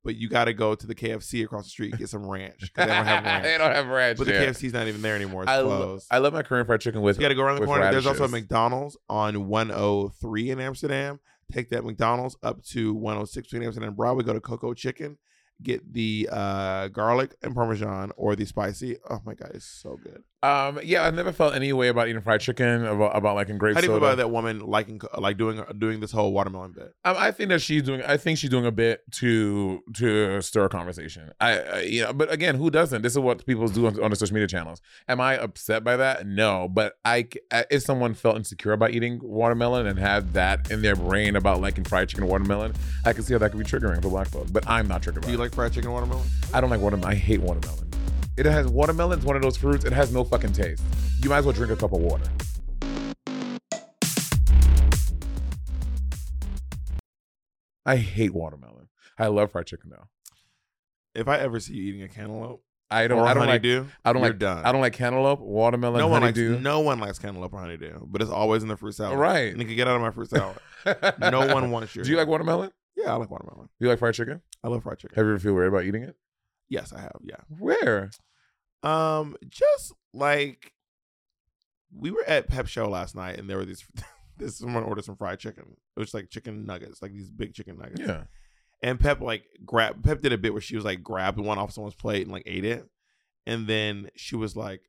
Speaker 2: But you got to go to the KFC across the street get some ranch 'cause they don't have
Speaker 4: They
Speaker 2: ranch.
Speaker 4: don't have ranch,
Speaker 2: but the
Speaker 4: yeah.
Speaker 2: KFC's not even there anymore. It's
Speaker 4: I, lo-
Speaker 2: closed.
Speaker 4: I love my Korean fried chicken with.
Speaker 2: you got to go around the
Speaker 4: with
Speaker 2: corner. There's also a
Speaker 4: radishes.
Speaker 2: McDonald's on 103 in Amsterdam. Take that McDonald's up to 106 between Amsterdam and Broadway. Go to Cocoa Chicken. Get the uh, garlic and parmesan or the spicy. Oh my god, it's so good.
Speaker 4: Um, yeah, I've never felt any way about eating fried chicken about, about like in grape
Speaker 2: How do you feel
Speaker 4: soda.
Speaker 2: about that woman liking like doing doing this whole watermelon bit?
Speaker 4: Um, I think that she's doing. I think she's doing a bit to to stir a conversation. I, I you know, but again, who doesn't? This is what people do on, on the social media channels. Am I upset by that? No, but I c- I- if someone felt insecure about eating watermelon and had that in their brain about liking fried chicken and watermelon, I can see how that could be triggering for black folk. But I'm not triggered.
Speaker 2: Do
Speaker 4: By
Speaker 2: you
Speaker 4: it.
Speaker 2: like fried chicken watermelon?
Speaker 4: I don't like watermelon. I hate watermelon. It has watermelon's one of those fruits. It has no fucking taste. You might as well drink a cup of water. I hate watermelon. I love fried chicken though.
Speaker 2: If I ever see you eating a cantaloupe,
Speaker 4: I don't.
Speaker 2: or
Speaker 4: I don't like.
Speaker 2: honeydew.
Speaker 4: I don't
Speaker 2: you're
Speaker 4: like.
Speaker 2: Done.
Speaker 4: I don't like cantaloupe, watermelon,
Speaker 2: no one likes.
Speaker 4: honeydew.
Speaker 2: No one likes cantaloupe or honeydew, but it's always in the fruit salad.
Speaker 4: Right.
Speaker 2: Nigga, get out of my fruit salad. no one wants your.
Speaker 4: Do you like watermelon?
Speaker 2: Yeah, I like watermelon.
Speaker 4: Do you like fried chicken?
Speaker 2: I love fried chicken.
Speaker 4: Have you ever feel weird about eating it?
Speaker 2: Yes, I have. Yeah.
Speaker 4: Where?
Speaker 2: Um, just like we were at Pep Show last night, and there were these. this someone ordered some fried chicken. It was like chicken nuggets, like these big chicken nuggets.
Speaker 4: Yeah.
Speaker 2: And Pep like grab Pep did a bit where she was like grabbed one off someone's plate and like ate it, and then she was like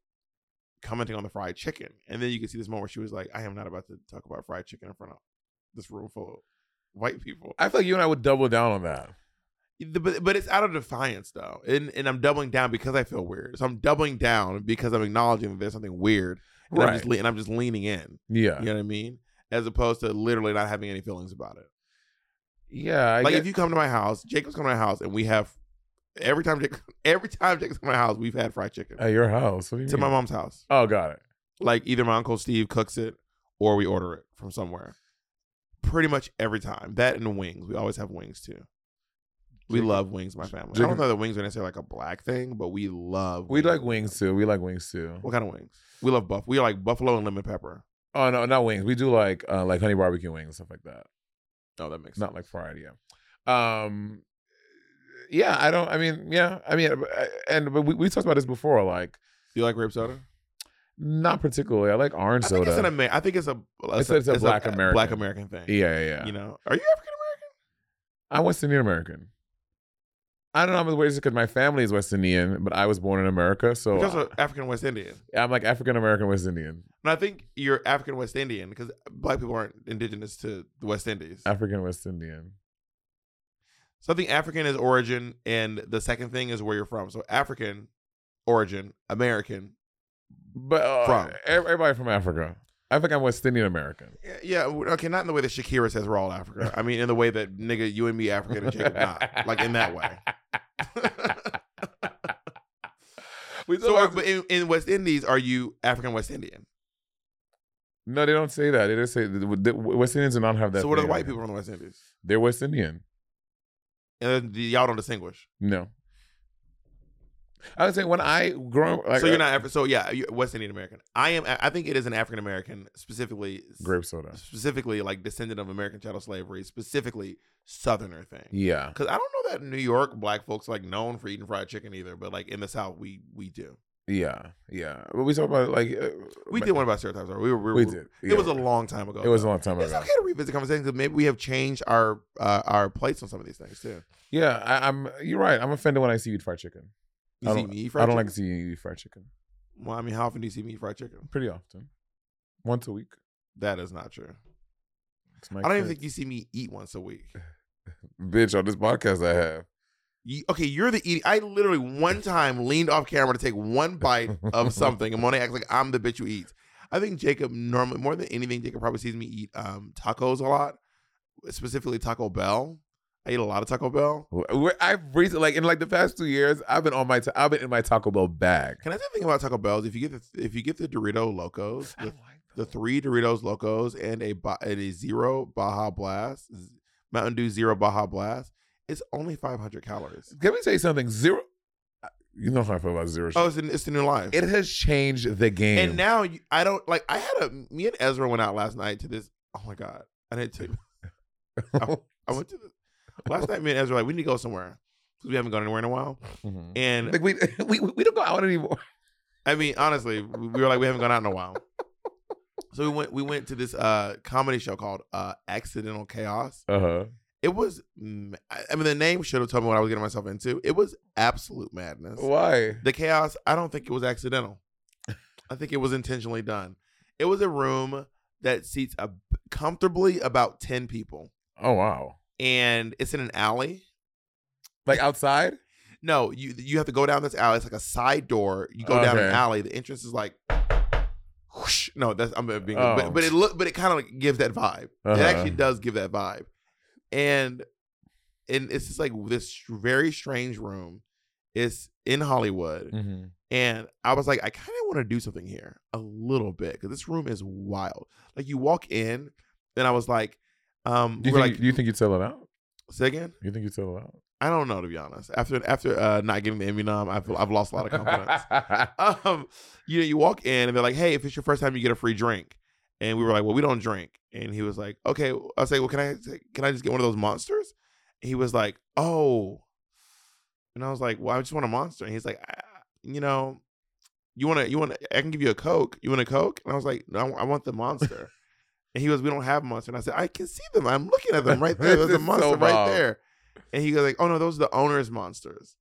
Speaker 2: commenting on the fried chicken, and then you can see this moment where she was like, "I am not about to talk about fried chicken in front of this room full of white people."
Speaker 4: I feel like you and I would double down on that.
Speaker 2: The- but but it's out of defiance though, and and I'm doubling down because I feel weird. So I'm doubling down because I'm acknowledging that there's something weird, and I'm
Speaker 4: Right.
Speaker 2: just le- and I'm just leaning in.
Speaker 4: yeah.
Speaker 2: You know what I mean? As opposed to literally not having any feelings about it.
Speaker 4: Yeah. I
Speaker 2: like
Speaker 4: guess-
Speaker 2: if you come to my house, Jacob's come to my house, and we have every time Jacob, every time Jacob's come to my house, we've had fried chicken
Speaker 4: at your house. What do you
Speaker 2: to
Speaker 4: mean?
Speaker 2: my mom's house.
Speaker 4: Oh, got it.
Speaker 2: Like either my uncle Steve cooks it or we order it from somewhere. Pretty much every time. That and wings. We always have wings too. We
Speaker 4: Jacob-
Speaker 2: love wings, in my family. I
Speaker 4: Jacob-
Speaker 2: don't know that wings are necessarily like a black thing, but we love.
Speaker 4: We like wings too. We like wings too.
Speaker 2: What kind of wings? We love buff. We like buffalo and lemon pepper.
Speaker 4: Oh no, not wings. We do like uh, like honey barbecue wings and stuff like that.
Speaker 2: Oh, that makes
Speaker 4: Not
Speaker 2: sense.
Speaker 4: like fried. Yeah. Um. Yeah. I don't. I mean. Yeah. I mean. I- And but we we talked about this before. Like
Speaker 2: Do you like grape soda?
Speaker 4: not particularly. I like orange
Speaker 2: I think
Speaker 4: soda.
Speaker 2: it's an Amer- I think it's a.
Speaker 4: It's a- it's a black American.
Speaker 2: Black American thing.
Speaker 4: yeah. Yeah. Yeah.
Speaker 2: You know, are you African American?
Speaker 4: I'm West Indian American. I don't know. I'm West because my family is West Indian, but I was born in America, so uh,
Speaker 2: Because also African West Indian.
Speaker 4: I, am like African American West Indian,
Speaker 2: And I think you're African West Indian because black people aren't indigenous to the West Indies.
Speaker 4: African West Indian.
Speaker 2: So I think African is origin, and the second thing is where you're from. So African origin, American.
Speaker 4: But uh,
Speaker 2: From.
Speaker 4: ev- everybody from Africa, I think I'm West Indian American.
Speaker 2: Yeah, Yeah, okay, not in the way that Shakira says we're all Africa. I mean, in the way that nigga, you and me, African and Jacob, not like in that way.
Speaker 4: We
Speaker 2: so,
Speaker 4: talk
Speaker 2: are,
Speaker 4: about-
Speaker 2: but in, in West Indies, are you African West Indian?
Speaker 4: no, they don't say that. They just say the, the West Indians do not have that.
Speaker 2: so, what are the
Speaker 4: thing.
Speaker 2: white people from the West Indies?
Speaker 4: They're West Indian.
Speaker 2: And then y'all don't distinguish.
Speaker 4: No, I would say when I grow, like, uh,
Speaker 2: so you're not Afri- so yeah, you West Indian American. I am. I think it is an African American, specifically
Speaker 4: grape soda.
Speaker 2: specifically like descendant of American chattel slavery, specifically Southerner thing.
Speaker 4: Yeah,
Speaker 2: Because I don't know that New York black folks like known for eating fried chicken either, but like in the South, we we do.
Speaker 4: yeah, yeah. But we talk about like uh,
Speaker 2: We did one about stereotypes. Or we were, we, were,
Speaker 4: We did.
Speaker 2: It was a long time ago.
Speaker 4: It was a
Speaker 2: though.
Speaker 4: long time ago.
Speaker 2: It's okay to revisit the conversation because maybe we have changed our uh, our plates on some of these things too.
Speaker 4: Yeah, I, I'm. You're right. I'm offended when I see you eat fried chicken.
Speaker 2: You
Speaker 4: I
Speaker 2: see
Speaker 4: don't-
Speaker 2: me eat
Speaker 4: I
Speaker 2: fried
Speaker 4: don't like
Speaker 2: chicken?
Speaker 4: to see you eat fried chicken.
Speaker 2: Well, I mean, how often do you see me eat fried chicken?
Speaker 4: Pretty often, once a week.
Speaker 2: That is not true.
Speaker 4: It's my
Speaker 2: I don't even
Speaker 4: kid.
Speaker 2: think you see me eat once a week.
Speaker 4: bitch on this podcast I have.
Speaker 2: You, okay, you're the eating. I literally one time leaned off camera to take one bite of something, and Monet acts like I'm the bitch who eats. I think Jacob normally more than anything, Jacob probably sees me eat um, tacos a lot, specifically Taco Bell. I eat a lot of Taco Bell.
Speaker 4: Where I've recently, like in like the past two years, I've been on my. i I've been in my Taco Bell bag.
Speaker 2: Can I say the thing about Taco Bell? is If you get the if you get the Dorito Locos,
Speaker 4: I
Speaker 2: the,
Speaker 4: like
Speaker 2: the three Doritos Locos and a Ba- and a zero Baja Blast, Z- Mountain Dew Zero Baja Blast, it's only 500 calories.
Speaker 4: Can we say something? Zero. You know how I feel about zero.
Speaker 2: Oh,
Speaker 4: sugar.
Speaker 2: it's the, it's the new life.
Speaker 4: it has changed the game.
Speaker 2: And now you- I don't like. I had a me and Ezra went out last night to this. Oh my god! I didn't tell you. I went to the, last night. Me and Ezra were like we need to go somewhere because we haven't gone anywhere in a while.
Speaker 4: Mhm.
Speaker 2: And
Speaker 4: like we, we we don't go out anymore.
Speaker 2: I mean, honestly, we were like we haven't gone out in a while. So we went. We went to this uh, comedy show called uh, Accidental Chaos.
Speaker 4: Uh huh.
Speaker 2: It was. m- I I mean, the name should have told me what I was getting myself into. It was absolute madness.
Speaker 4: Why?
Speaker 2: The chaos, I don't think it was accidental. I think it was intentionally done. It was a room that seats a, comfortably about 10 people,
Speaker 4: Oh wow.
Speaker 2: and it's in an alley.
Speaker 4: Like outside.
Speaker 2: No, you you have to go down this alley. It's like a side door. You go down an
Speaker 4: Okay.
Speaker 2: alley. The entrance is like, whoosh. no, that's I'm being,
Speaker 4: Oh.
Speaker 2: but, but it look, but it kind of like gives that vibe.
Speaker 4: Uh-huh.
Speaker 2: It actually does give that vibe, and and it's just like this very strange room. It's in Hollywood.
Speaker 4: Mm-hmm.
Speaker 2: And I was like, I kind of want to do something here a little bit because this room is wild. Like you walk in, and I was like, um,
Speaker 4: Do you
Speaker 2: we were
Speaker 4: think?
Speaker 2: like,
Speaker 4: do you think you would sell it out?
Speaker 2: say again?
Speaker 4: You think you would sell it out?
Speaker 2: I don't know to be honest. After after uh, not giving the Immunom, I've I've lost a lot of confidence.
Speaker 4: confidence.
Speaker 2: um, you know, you walk in and they're like, "Hey, if it's your first time, you get a free drink." And we were like, "Well, we don't drink." And he was like, "Okay." I was like, "Well, can I take- can I just get one of those monsters?" And he was like, "Oh," and I was like, "Well, I just want a monster." And he's like, "Ah, "You know, you want to you want to I can give you a coke. You want a coke?" And I was like, "No, I wa- I want the monster." and he was, "We don't have monster." And I said, "I can see them. I'm looking at them right there.
Speaker 4: This
Speaker 2: There's a
Speaker 4: is so
Speaker 2: monster right
Speaker 4: wild.
Speaker 2: there." And he goes like, "Oh no, those are the owner's monsters."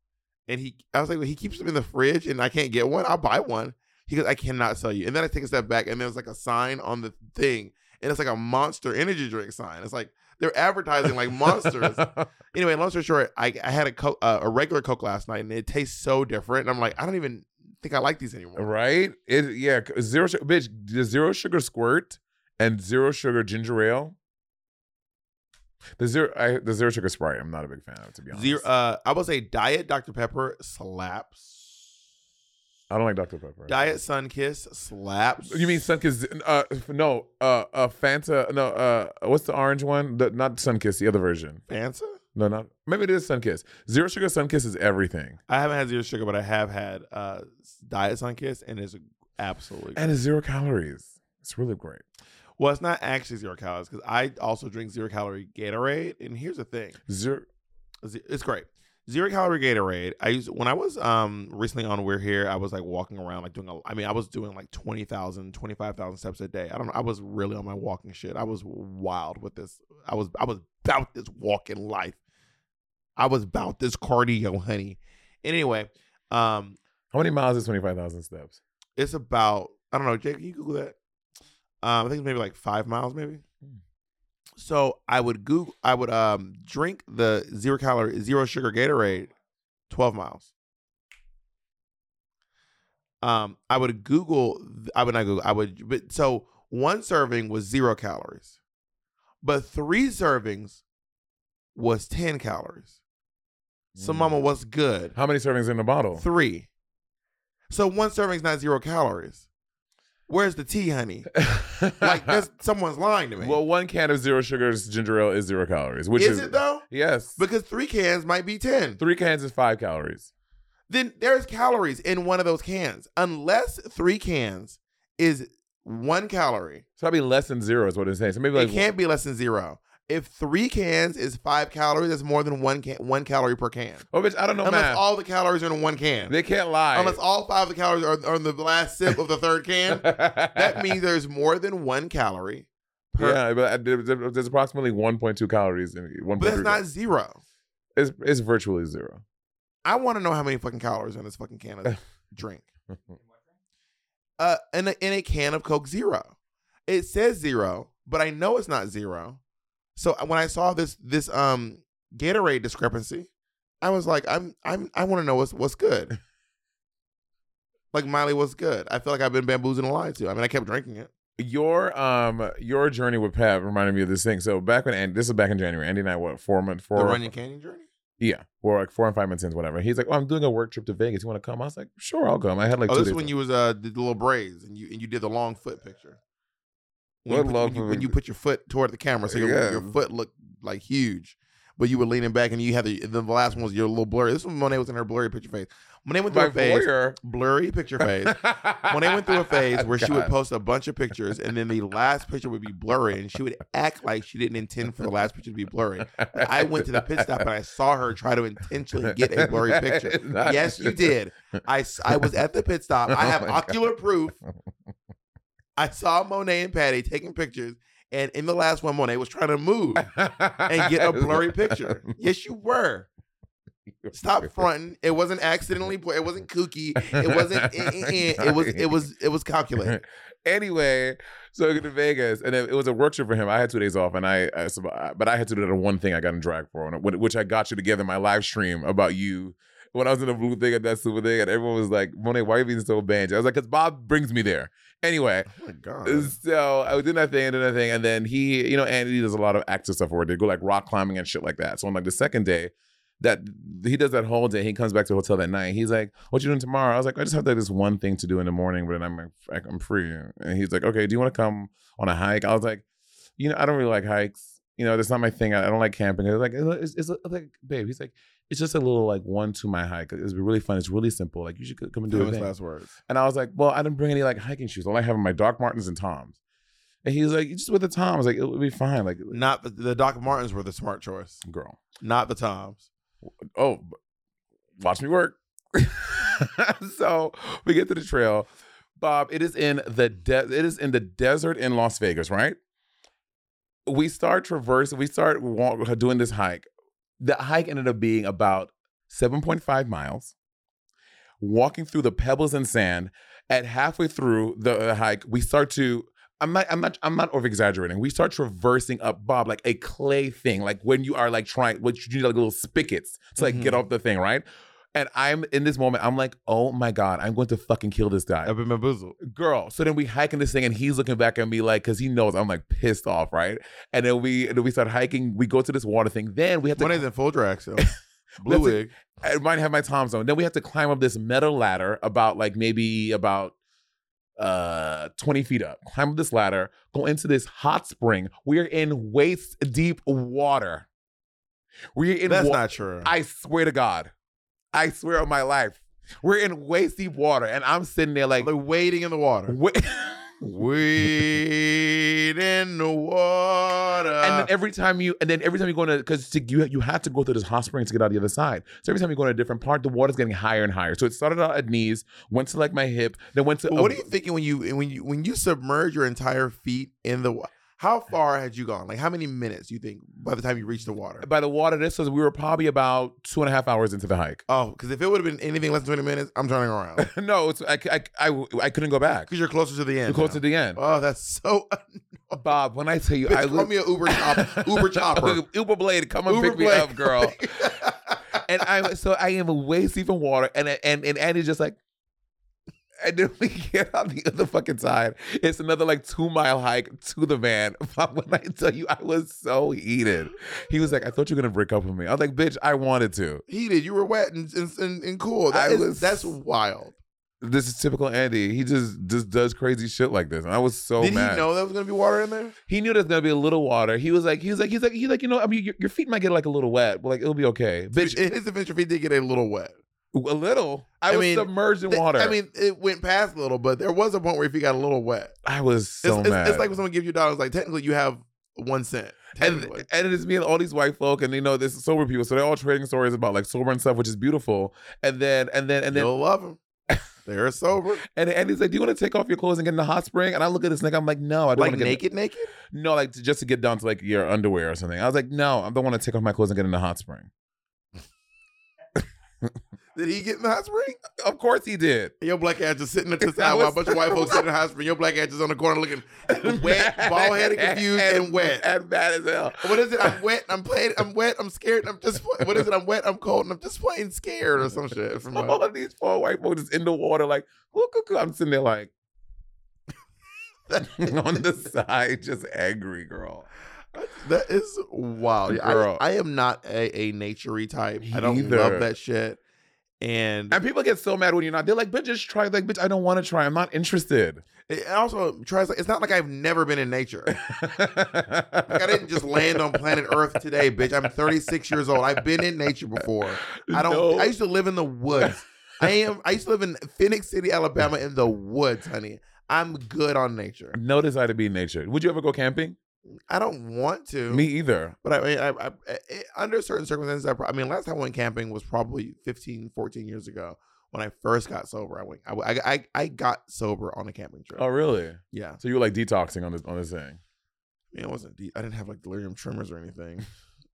Speaker 2: And he, I was like, well, he keeps them in the fridge, and I can't get one. I'll buy one. He goes, I cannot sell you. And then I take a step back, and there's like a sign on the thing, and it's like a Monster Energy drink sign. It's like they're advertising like monsters. anyway, long story short, I, I had a co- uh, a regular Coke last night, and it tastes so different. And I'm like, I don't even think I like these anymore.
Speaker 4: right? It yeah, c- zero su- bitch, the zero sugar squirt and zero sugar ginger ale. The zero I, the zero sugar Sprite, I'm not a big fan of to be honest.
Speaker 2: Zero. Uh, I would say Diet Dr Pepper slaps.
Speaker 4: I don't like Dr Pepper.
Speaker 2: Diet Sun Kiss slaps.
Speaker 4: You mean Sunkiss? Uh, no, uh, uh, Fanta. No, uh, what's the orange one? The, not Sunkiss, the other version.
Speaker 2: Fanta?
Speaker 4: No, not maybe it is Sunkiss. Zero sugar Sunkiss is everything,
Speaker 2: I haven't had zero sugar, but I have had uh, Diet Sun Kiss, and it's absolutely.
Speaker 4: and it's zero calories. It's really great.
Speaker 2: Well, it's not actually zero calories because I also drink zero calorie Gatorade. And here's the thing:
Speaker 4: Zero.
Speaker 2: Ze- it's great. Zero calorie Gatorade. I used when I was um recently on We're Here. I was like walking around, like doing. A, I mean, I was doing like 20,000, 25,000 steps a day. I don't. know. I was really on my walking shit. I was wild with this. I was. I was about this walking life. I was about this cardio, honey. And anyway, um,
Speaker 4: How many miles is twenty five thousand steps?
Speaker 2: it's about I don't know, Jake. Can you Google that? Um, I think it's maybe like five miles, maybe. So I would Google. I would um drink the zero calorie, zero sugar Gatorade, twelve miles. Um, I wogle I would not Google. I would. But so one serving was zero calories, but three servings was ten calories. So,
Speaker 4: Mm.
Speaker 2: Mama, what's good?
Speaker 4: How many servings in a bottle?
Speaker 2: Three. So one serving's not zero calories. Where's the tea, honey? Like that's someone's lying to me.
Speaker 4: Well, one can of zero sugars ginger ale is zero calories, which
Speaker 2: is
Speaker 4: is,
Speaker 2: it though?
Speaker 4: Yes,
Speaker 2: Because three cans might be ten.
Speaker 4: three cans is five calories.
Speaker 2: Then there's calories in one of those cans, unless three cans is one calorie.
Speaker 4: So that'd be less than zero is what it's saying. So maybe like
Speaker 2: it can't be less than zero. If three cans is five calories, that's more than one can one calorie per can.
Speaker 4: Oh, bitch, I don't know
Speaker 2: unless
Speaker 4: math.
Speaker 2: all the calories are in one can.
Speaker 4: they can't lie.
Speaker 2: unless all five of the calories are, are in the last sip of the third can. that means there's more than one calorie per
Speaker 4: yeah, but I- there- there- there's approximately 1.2 calories in one.
Speaker 2: but that's not zero
Speaker 4: It's, it's virtually zero.
Speaker 2: i want to know how many fucking calories are in this fucking can of drink uh in a, in a can of coke zero it says zero but i know it's not zero so uh, when i saw this this um gatorade discrepancy i was like i'm i'm i want to know what's what's good like miley what's good i feel like i've been bamboozled and lied to i mean i kept drinking it
Speaker 4: Your um your journey with Pat reminded me of this thing. So back when and this is back in January, Andy and I what four months four
Speaker 2: the runyon canyon journey
Speaker 4: yeah four like four and five months in whatever. He's like, oh, I'm doing a work trip to Vegas. You want to come? I was like, sure, I'll come. I had like
Speaker 2: oh,
Speaker 4: two
Speaker 2: this is
Speaker 4: days
Speaker 2: when
Speaker 4: off.
Speaker 2: you was uh did the little braids and you and you did the long foot picture. When you,
Speaker 4: What
Speaker 2: put,
Speaker 4: long
Speaker 2: when, you,
Speaker 4: foot
Speaker 2: when you
Speaker 4: picture?
Speaker 2: put your foot toward the camera, so your,
Speaker 4: Yeah.
Speaker 2: your foot looked like huge, but you were leaning back and you had the the last one was your little blurry. This one Monet was in her blurry picture phase. Monet went through
Speaker 4: my
Speaker 2: a phase,
Speaker 4: voyeur.
Speaker 2: blurry picture phase. Monet went through a phase where she would
Speaker 4: God.
Speaker 2: post a bunch of pictures and then the last picture would be blurry and she would act like she didn't intend for the last picture to be blurry. I went to the pit stop and I saw her try to intentionally get a blurry
Speaker 4: That
Speaker 2: picture.
Speaker 4: is not
Speaker 2: yes, you
Speaker 4: true.
Speaker 2: did. I, s- I was at the pit stop. I
Speaker 4: Oh
Speaker 2: have
Speaker 4: my God.
Speaker 2: ocular proof. I saw Monet and Patty taking pictures, and in the last one, Monet was trying to move and get a blurry picture. Yes, you were. Stop fronting. It wasn't accidentally. blur- It wasn't kooky. It wasn't. eh, eh, eh. It was. It was. It was calculated.
Speaker 4: anyway, so I go to Vegas, and it, it was a work trip for him. I had two days off, and I, I sub- but I had to do the one thing I got in drag for, and wh- which I got you together in my live stream about you. When I was in the blue thing at that super thing, and everyone was like, "Monet, why are you being so banjo?" I was like, "Cause Bob brings me there." Anyway,
Speaker 2: Oh my god.
Speaker 4: so I was doing that thing and doing that thing, and then he, you know, Andy does a lot of active stuff where they go like rock climbing and shit like that. So on like the second day, that he does that whole day, he comes back to the hotel that night. He's like, "What you doing tomorrow?" I was like, "I just have like this one thing to do in the morning, but then I'm like, I'm free." And he's like, "Okay, do you want to come on a hike?" I was like, "You know, I don't really like hikes." you know, that's not my thing. I, I don't like camping. They're like, it's, it's, it's like, babe, he's like, it's just a little like one to my hike. It's really fun. It's really simple. Like you should c- come and do
Speaker 2: Famous
Speaker 4: it.
Speaker 2: last words.
Speaker 4: And I was like, well, I didn't bring any like hiking shoes. All I have are my Doc Martens and Toms. And he was like, just with the Toms, like it would be fine. Like,
Speaker 2: Not the, the Doc Martens were the smart choice,
Speaker 4: girl,
Speaker 2: not the Toms.
Speaker 4: oh, b- watch me work. so we get to the trail, Bob. It is in the de- it is in the desert in Las Vegas, right? We start traversing. We start walk, doing this hike. The hike ended up being about seven point five miles. Walking through the pebbles and sand. At halfway through the uh, hike, we start to. I'm not. I'm not. I'm not over exaggerating. We start traversing up Bob like a clay thing, like when you are like trying, what you need like little spigots to like get
Speaker 2: Mhm.
Speaker 4: off the thing, right? And I'm in this moment, I'm like, oh my God, I'm going to fucking kill this guy.
Speaker 2: I've been bamboozled.
Speaker 4: Girl. So then we hiking this thing and he's looking back at me like, cause he knows I'm like pissed off, right? And then we and then we start hiking, we go to this water thing. Then we have to
Speaker 2: Money's in full drag still. Blue
Speaker 4: That's it.
Speaker 2: wig.
Speaker 4: I might have my Tom zone. Then we have to climb up this metal ladder about like maybe about uh 20 feet up. Climb up this ladder, go into this hot spring. We're in waist deep water. We're in
Speaker 2: That's
Speaker 4: wa-
Speaker 2: not true.
Speaker 4: I swear to God. I swear on my life. We're in waist deep water, and I'm sitting there like,
Speaker 2: like wading in the water.
Speaker 4: wait.
Speaker 2: Wade in the water.
Speaker 4: and then every time you, and then every time you go into, because you you have to go through this hot spring to get out the other side. So every time you go in a different part, the water's getting higher and higher. So it started out at knees, went to like my hip, then went to.
Speaker 2: But what are you thinking when you when you when you submerge your entire feet in the water? How far had you gone? Like how many minutes do you think by the time you reached the water?
Speaker 4: By the water, this was we were probably about two and a half hours into the hike.
Speaker 2: Oh, because if it would have been anything less than twenty minutes, I'm turning around
Speaker 4: no, it's, I, I, I, I couldn't go back.
Speaker 2: because you're closer to the end.
Speaker 4: Close to the end.
Speaker 2: Oh, that's so.
Speaker 4: Bob, when I tell you,
Speaker 2: Oh. Bitch,
Speaker 4: I
Speaker 2: call
Speaker 4: look-
Speaker 2: me an Uber chop- Uber chopper.
Speaker 4: Uber Blade, come and
Speaker 2: Uber
Speaker 4: pick me
Speaker 2: Blade.
Speaker 4: up, girl. and I so I am waist deep in water, and and and Andy's just like, and then we get on the other fucking side. It's another like two mile hike to the van. But when I tell you, I was so heated. He was like, I thought you were gonna break up with me. I was like, bitch, I wanted to.
Speaker 2: Heated. You were wet and and, and, and cool. That
Speaker 4: I
Speaker 2: is-
Speaker 4: was-
Speaker 2: that's wild.
Speaker 4: This is typical Andy. He just just does crazy shit like this, and I was so
Speaker 2: Did
Speaker 4: mad.
Speaker 2: he know that was gonna be water in there?
Speaker 4: he knew there's gonna be a little water. He was like, he was like, he's like, he's like, you know, I mean, your, your feet might get like a little wet, but like it'll be okay, bitch.
Speaker 2: In his defense, your feet did get a little wet.
Speaker 4: A little. I,
Speaker 2: I
Speaker 4: was
Speaker 2: mean,
Speaker 4: submerged in
Speaker 2: Th-
Speaker 4: water.
Speaker 2: I mean, it went past a little, but there was a point where if you got a little wet,
Speaker 4: I was
Speaker 2: it's,
Speaker 4: so
Speaker 2: it's,
Speaker 4: mad.
Speaker 2: it's like when someone gives you dollars. Like technically, you have one cent.
Speaker 4: and,
Speaker 2: Technically,
Speaker 4: and it's me and all these white folk, and you know, this is sober people, so they're all trading stories about like sober and stuff, which is beautiful. And then, and then, and then,
Speaker 2: you'll love them. They're sober,
Speaker 4: and, and he's like, "Do you want to take off your clothes and get in the hot spring?" And I look at this nigga, I'm like, "No, I don't
Speaker 2: like
Speaker 4: want to
Speaker 2: naked, naked.
Speaker 4: No, like to, just to get down to like your underwear or something." I was like, "No, I don't want to take off my clothes and get in the hot spring."
Speaker 2: Did he get in the hot spring?
Speaker 4: Of course he did.
Speaker 2: And Your black ass just sitting at the
Speaker 4: That
Speaker 2: side while a
Speaker 4: was-
Speaker 2: bunch of white folks sitting in the hot spring. Your black ass just on the corner looking wet, bald headed, confused, and, wet.
Speaker 4: and bad as hell.
Speaker 2: what is it? I'm wet. I'm playing. I'm wet. I'm scared. and I'm just. What is it? I'm wet. I'm cold, and I'm just plain scared or some shit. From
Speaker 4: all
Speaker 2: a,
Speaker 4: of these poor white folks is in the water, like, "Ooh, cuckoo." I'm sitting there like on the side, just angry girl.
Speaker 2: that is wild. Yeah,
Speaker 4: Girl.
Speaker 2: I, I am not a, a naturey type. I don't
Speaker 4: Neither.
Speaker 2: love that shit. And
Speaker 4: And people get so mad when you're not. They're like, bitch, just try. Like, bitch, I don't want to try. I'm not interested.
Speaker 2: It also tries. It's not like I've never been in nature. Like I didn't just land on planet Earth today, bitch. I'm 36 years old. I've been in nature before. I don't.
Speaker 4: No.
Speaker 2: I used to live in the woods. I am. I used to live in Phoenix City, Alabama, in the woods, honey. I'm good on nature.
Speaker 4: no desire to be in nature. Would you ever go camping?
Speaker 2: I don't want to.
Speaker 4: Me either.
Speaker 2: But I mean, I, I, I, under certain circumstances, I, pro- I mean, last time I went camping was probably 15, 14 years ago when I first got sober. I went. I I, I, I got sober on a camping trip.
Speaker 4: Oh, really?
Speaker 2: Yeah.
Speaker 4: So you were like detoxing on this on this thing.
Speaker 2: I mean, it wasn't deep. I didn't have like delirium tremors or anything.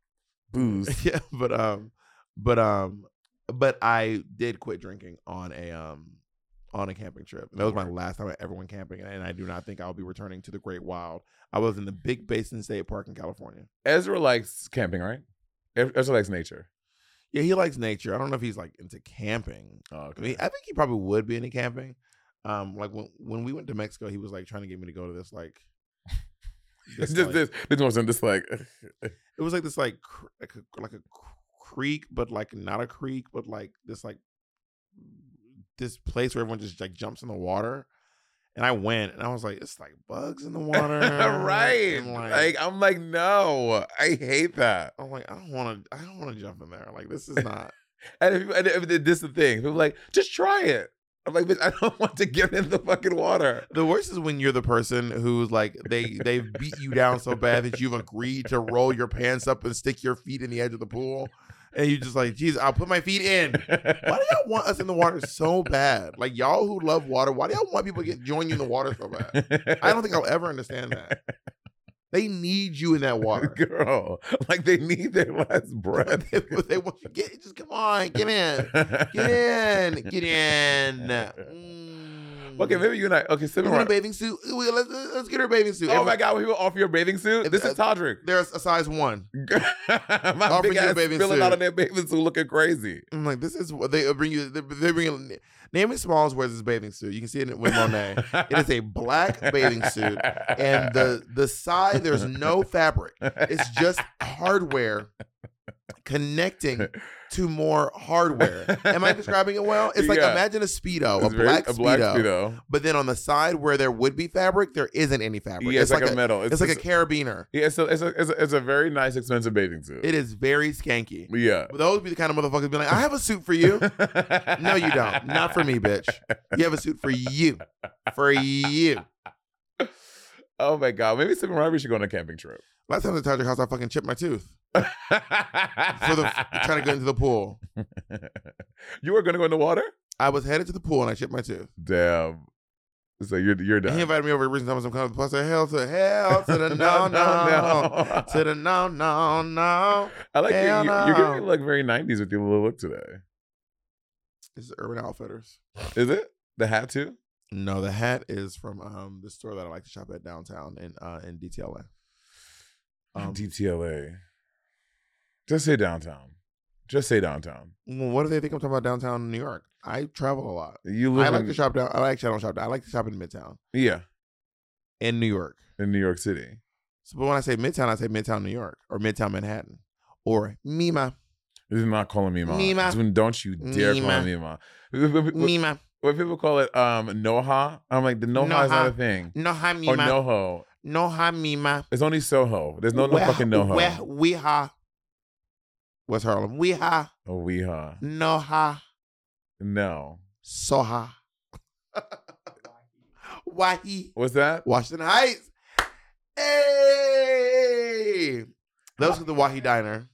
Speaker 4: Booze.
Speaker 2: yeah but um but um but i did quit drinking on a um on a camping trip that was my last time i ever went camping and i do not think i'll be returning to the great wild i was in the big basin state park in california
Speaker 4: Ezra likes camping, right? Ez- Ezra likes nature.
Speaker 2: yeah he likes nature i don't know if he's like into camping
Speaker 4: Oh,
Speaker 2: i mean i think he probably would be into camping um like when when we went to mexico he was like trying to get me to go to this like this,
Speaker 4: It's just
Speaker 2: like-
Speaker 4: this. This wasn't just like.
Speaker 2: it was like this like cr- like a, like a cr- creek but like not a creek but like this like this place where everyone just like jumps in the water And I went and I was like, it's like bugs in the water.
Speaker 4: right.
Speaker 2: And,
Speaker 4: Like, I'm like, no, I hate that.
Speaker 2: I'm like, I don't want to. I don't want to jump in there. Like this is not.
Speaker 4: And, if, and if, this is the thing. People are like, just try it. I'm like, bitch, I don't want to get in the fucking water.
Speaker 2: the worst is when you're the person who's like they they've beat you down so bad that you've agreed to roll your pants up and stick your feet in the edge of the pool, and you're just like, geez, I'll put my feet in. Why do y'all want us in the water so bad? Like y'all who love water, why do y'all want people to get join you in the water so bad? I don't think I'll ever understand that. They need you in that water.
Speaker 4: Girl, like they need their last breath.
Speaker 2: they, they want you get just come on, get in, get in, get in. Mm.
Speaker 4: Okay, maybe you and I. Okay,
Speaker 2: You
Speaker 4: similar.
Speaker 2: want a bathing suit. Ooh, Let's, let's get her a bathing suit.
Speaker 4: Oh
Speaker 2: Every-
Speaker 4: my god, when people offer you a bathing suit.
Speaker 2: If-
Speaker 4: This is Todrick.
Speaker 2: There's a size one.
Speaker 4: my
Speaker 2: Offer
Speaker 4: big
Speaker 2: you a
Speaker 4: ass
Speaker 2: bathing
Speaker 4: spilling
Speaker 2: suit.
Speaker 4: out of their bathing suit, looking crazy.
Speaker 2: I'm like, this is what they uh, bring you. They, they bring you. Naomi Smalls wears this bathing suit. You can see it with Monet. it is a black bathing suit, and the the side there's no fabric. It's just hardware connecting to more hardware. Am I describing it well? It's like
Speaker 4: Yeah.
Speaker 2: imagine a speedo,
Speaker 4: It's
Speaker 2: a,
Speaker 4: very-
Speaker 2: black
Speaker 4: a black
Speaker 2: speedo,
Speaker 4: speedo.
Speaker 2: but then on the side where there would be fabric, there isn't any fabric.
Speaker 4: Yeah, it's, like, a, metal.
Speaker 2: it's, like a carabiner.
Speaker 4: yeah, it's a, it's, a, it's, a, it's a very nice, expensive bathing suit.
Speaker 2: It is very skanky.
Speaker 4: yeah.
Speaker 2: But Those would be the kind of motherfuckers be like, I have a suit for you. No, you don't. Not for me, bitch. You have a suit for you. For you.
Speaker 4: Oh my god, maybe Sip and Robbie should go on a camping trip.
Speaker 2: Last time I was at Tiger House, I fucking chipped my tooth
Speaker 4: For
Speaker 2: for the trying to get into the pool.
Speaker 4: you were gonna go in the water.
Speaker 2: I was headed to the pool and I chipped my tooth.
Speaker 4: Damn. So you're you're
Speaker 2: And
Speaker 4: done.
Speaker 2: he invited me over recently. I was kind of plus I said, hell to hell to the no no,
Speaker 4: no.
Speaker 2: to the no no no.
Speaker 4: I like
Speaker 2: hell
Speaker 4: you. You're giving me
Speaker 2: no.
Speaker 4: like very '90s with your little look today.
Speaker 2: This is Urban Outfitters.
Speaker 4: Is it the hat too?
Speaker 2: No, the hat is from um the store that I like to shop at downtown in uh in DTLA. Um,
Speaker 4: DTLA. Just say downtown. Just say downtown.
Speaker 2: well, what do they think I'm talking about downtown New York? I travel a lot.
Speaker 4: You live
Speaker 2: I like
Speaker 4: in,
Speaker 2: to shop down. I actually I don't shop down. I like to shop in Midtown
Speaker 4: Yeah,
Speaker 2: in New York.
Speaker 4: in New York City.
Speaker 2: So, but when I say Midtown, I say Midtown New York or Midtown Manhattan or Mima,
Speaker 4: This is not calling me mom.
Speaker 2: Mima.
Speaker 4: This one, Don't you dare
Speaker 2: Mima.
Speaker 4: call me mom. When- when- when-
Speaker 2: Mima,
Speaker 4: When people call it um Noha, I'm like the Noha, is not a
Speaker 2: Noha.
Speaker 4: thing.
Speaker 2: no ha
Speaker 4: Or
Speaker 2: Mima,
Speaker 4: NoHo.
Speaker 2: no ha Mima.
Speaker 4: It's only Soho. There's no, no
Speaker 2: Where-
Speaker 4: fucking NoHo.
Speaker 2: Where we ha? What's Harlem? We ha
Speaker 4: Oh, we huh?
Speaker 2: no ha
Speaker 4: No.
Speaker 2: so ha. Wahi
Speaker 4: What's that?
Speaker 2: Washington Heights. Hey, those are the Wahi Diner.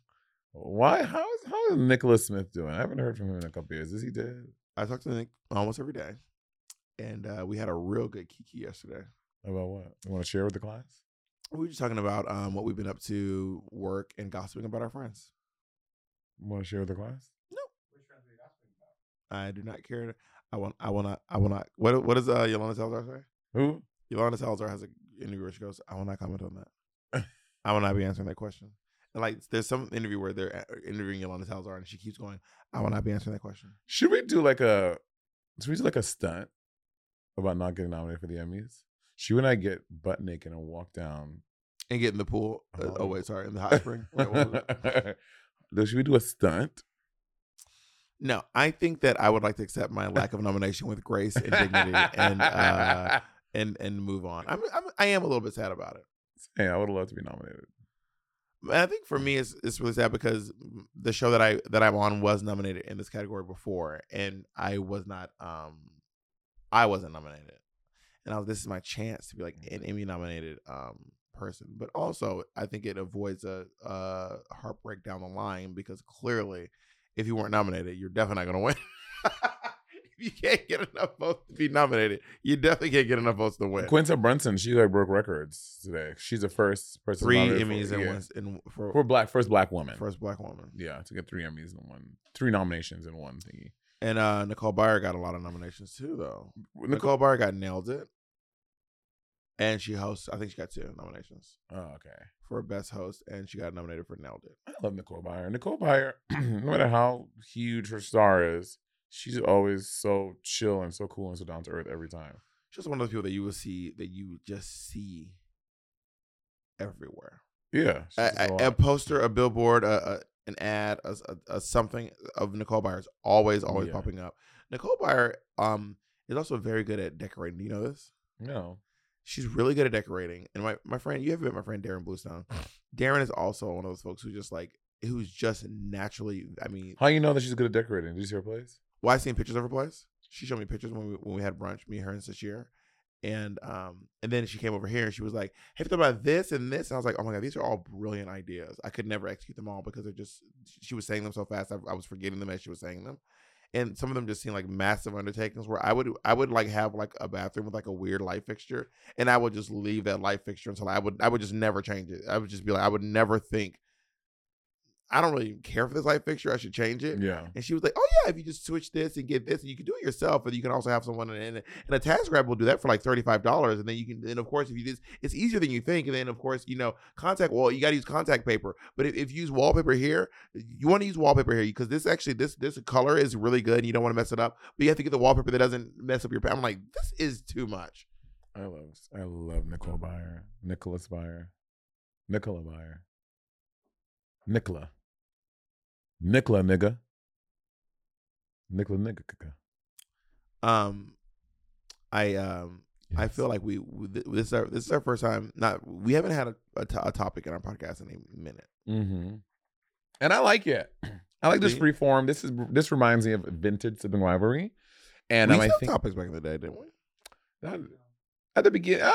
Speaker 4: Why? How is how is Nicholas Smith doing? I haven't heard from him in a couple years. Is he dead?
Speaker 2: I talk to Nick almost every day, and uh, we had a real good kiki yesterday.
Speaker 4: About what? You want to share with the class?
Speaker 2: We were just talking about um, what we've been up to, work, and gossiping about our friends.
Speaker 4: You want to share with the class?
Speaker 2: I do not care. I want. I want not. I will not. What? What does uh, Yolanda Salazar say?
Speaker 4: Who?
Speaker 2: Yolanda Salazar has an interview where she goes, "I will not comment on that. I will not be answering that question." And like, there's some interview where they're a- interviewing Yolanda Salazar, and she keeps going, "I will not be answering that question."
Speaker 4: Should we do like a? Should we do like a stunt about not getting nominated for the Emmys? She and I get butt naked and walk down.
Speaker 2: And get in the pool. Uh,
Speaker 4: Uh-huh.
Speaker 2: oh wait, sorry, in the hot spring. Wait, what was it?
Speaker 4: Though, Should we do a stunt?
Speaker 2: No, I think that I would like to accept my lack of nomination with grace and dignity, and uh, and and move on. I'm, I'm I am a little bit sad about it.
Speaker 4: Hey, I would have loved to be nominated.
Speaker 2: And I think for me, it's it's really sad because the show that I that I'm on was nominated in this category before, and I was not um, I wasn't nominated, and I was, this is my chance to be like
Speaker 4: Mm.
Speaker 2: an Emmy nominated um person. But also, I think it avoids a, a heartbreak down the line because clearly, if you weren't nominated, you're definitely not gonna win. if you can't get enough votes to be nominated, you definitely can't get enough votes to win.
Speaker 4: Quinta Brunson, she like broke records today. She's the first person
Speaker 2: Three
Speaker 4: nominated for-
Speaker 2: Emmys and
Speaker 4: yeah.
Speaker 2: one in for,
Speaker 4: for black first black woman.
Speaker 2: first black woman.
Speaker 4: Yeah, to get three Emmys and one three nominations in one thingy.
Speaker 2: And uh, Nicole Byer got a lot of nominations too, though. Nicole, Byer got nailed it, and she hosts. I think she got two nominations
Speaker 4: Oh, okay.
Speaker 2: for best host, and she got nominated for nailed it.
Speaker 4: I love Nicole Byer. Nicole Byer, no matter how huge her star is, she's always so chill and so cool and so down to earth every time.
Speaker 2: She's one of those people that you will see that you just see everywhere.
Speaker 4: Yeah. she's
Speaker 2: A,
Speaker 4: just
Speaker 2: a, a
Speaker 4: lot.
Speaker 2: poster, a billboard, a, a, an ad, a, a, a something of Nicole Byer is always always
Speaker 4: Yeah.
Speaker 2: popping up. Nicole Byer um is also very good at decorating. Do you know this?
Speaker 4: No.
Speaker 2: She's really good at decorating. And my, my friend, you ever met my friend Darren Bluestone? Darren is also one of those folks who just like who's just naturally. I mean,
Speaker 4: How you know that she's good at decorating? Did you see her place?
Speaker 2: well, I seen pictures of her place. She showed me pictures when we when we had brunch, me, her, and Sashir. And um, and then she came over here and she was like, "Have you thought about this and this?" And I was like, "Oh my god, these are all brilliant ideas. I could never execute them all because they're just." She was saying them so fast, I, I was forgetting them as she was saying them, and some of them just seemed like massive undertakings. Where I would I would like have like a bathroom with like a weird light fixture, and I would just leave that light fixture until I would I would just never change it. I would just be like, I would never think. I don't really care for this light fixture. I should change it.
Speaker 4: Yeah.
Speaker 2: And she was like, "Oh yeah, if you just switch this and get this, and you can do it yourself, and you can also have someone in it. And a task grab will do that for like thirty five dollars, and then you can. And of course, if you just, it's easier than you think. And then of course, you know, contact. Well, you got to use contact paper, but if, if you use wallpaper here, you want to use wallpaper here because this actually this this color is really good. and You don't want to mess it up, but you have to get the wallpaper that doesn't mess up your. pa- I'm like, this is too much.
Speaker 4: I love I love Nicole Byer. Nicholas Byer. Nicola Byer. Nicola. Nicola nigga. Nicola nigga. kaka.
Speaker 2: Um, I um. I
Speaker 4: Yes.
Speaker 2: feel like we we- this is our this is our first time not we haven't had a, a, to- a topic in our podcast in a minute.
Speaker 4: Mm-hmm. And I like it. I like this
Speaker 2: See?
Speaker 4: free form. This is this reminds me of vintage sipping rivalry. And
Speaker 2: we
Speaker 4: um, I
Speaker 2: used to have
Speaker 4: think
Speaker 2: topics back in the day, didn't we?
Speaker 4: that- at the beginning,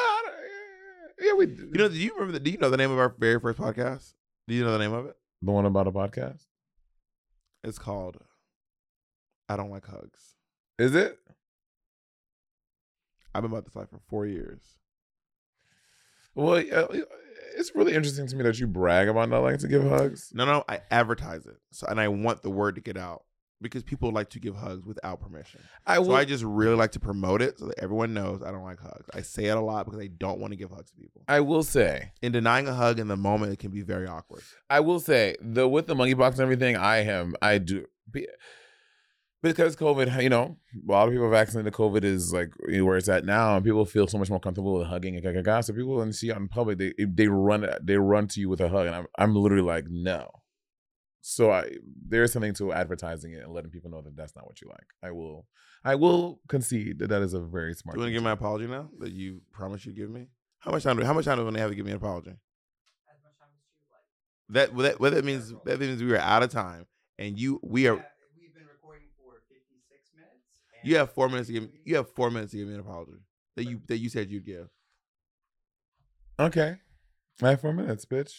Speaker 4: yeah, we you
Speaker 2: You know, do you remember? The, do you know the name of our very first podcast? Do you know the name of it?
Speaker 4: the one about a podcast.
Speaker 2: It's called "I Don't Like Hugs."
Speaker 4: Is it?
Speaker 2: I've been about this life for four years.
Speaker 4: Well, yeah, it's really interesting to me that you brag about not liking to give hugs.
Speaker 2: No, no, I advertise it, so and I want the word to get out because people like to give hugs without permission.
Speaker 4: I
Speaker 2: So I just really like to promote it so that everyone knows I don't like hugs. I say it a lot because I don't want to give hugs to people.
Speaker 4: I will say,
Speaker 2: And denying a hug in the moment it can be very awkward.
Speaker 4: I will say, though, with the monkeypox and everything, I am, I do, be- because COVID, you know, a lot of people vaccinated. COVID is like you know, where it's at now, and people feel so much more comfortable with hugging. And gaga. So people when they see you out in public, they they run they run to you with a hug, and I'm I'm literally like, no. So I there is something to advertising it and letting people know that that's not what you like. I will I will concede that that is a very smart.
Speaker 2: Do you want to
Speaker 4: thing
Speaker 2: give
Speaker 4: do.
Speaker 2: my apology now that you promised you'd give me? How much time? Do, how much time do I have to give me an apology?
Speaker 6: As much time as you like.
Speaker 2: That well, that well, that means that means we are out of time, and you we are.
Speaker 6: Yeah, we've been recording for 56 minutes. and-
Speaker 2: You have four minutes to give. You have four minutes to give me an apology that you that you said you'd give.
Speaker 4: Okay. I have four minutes, bitch.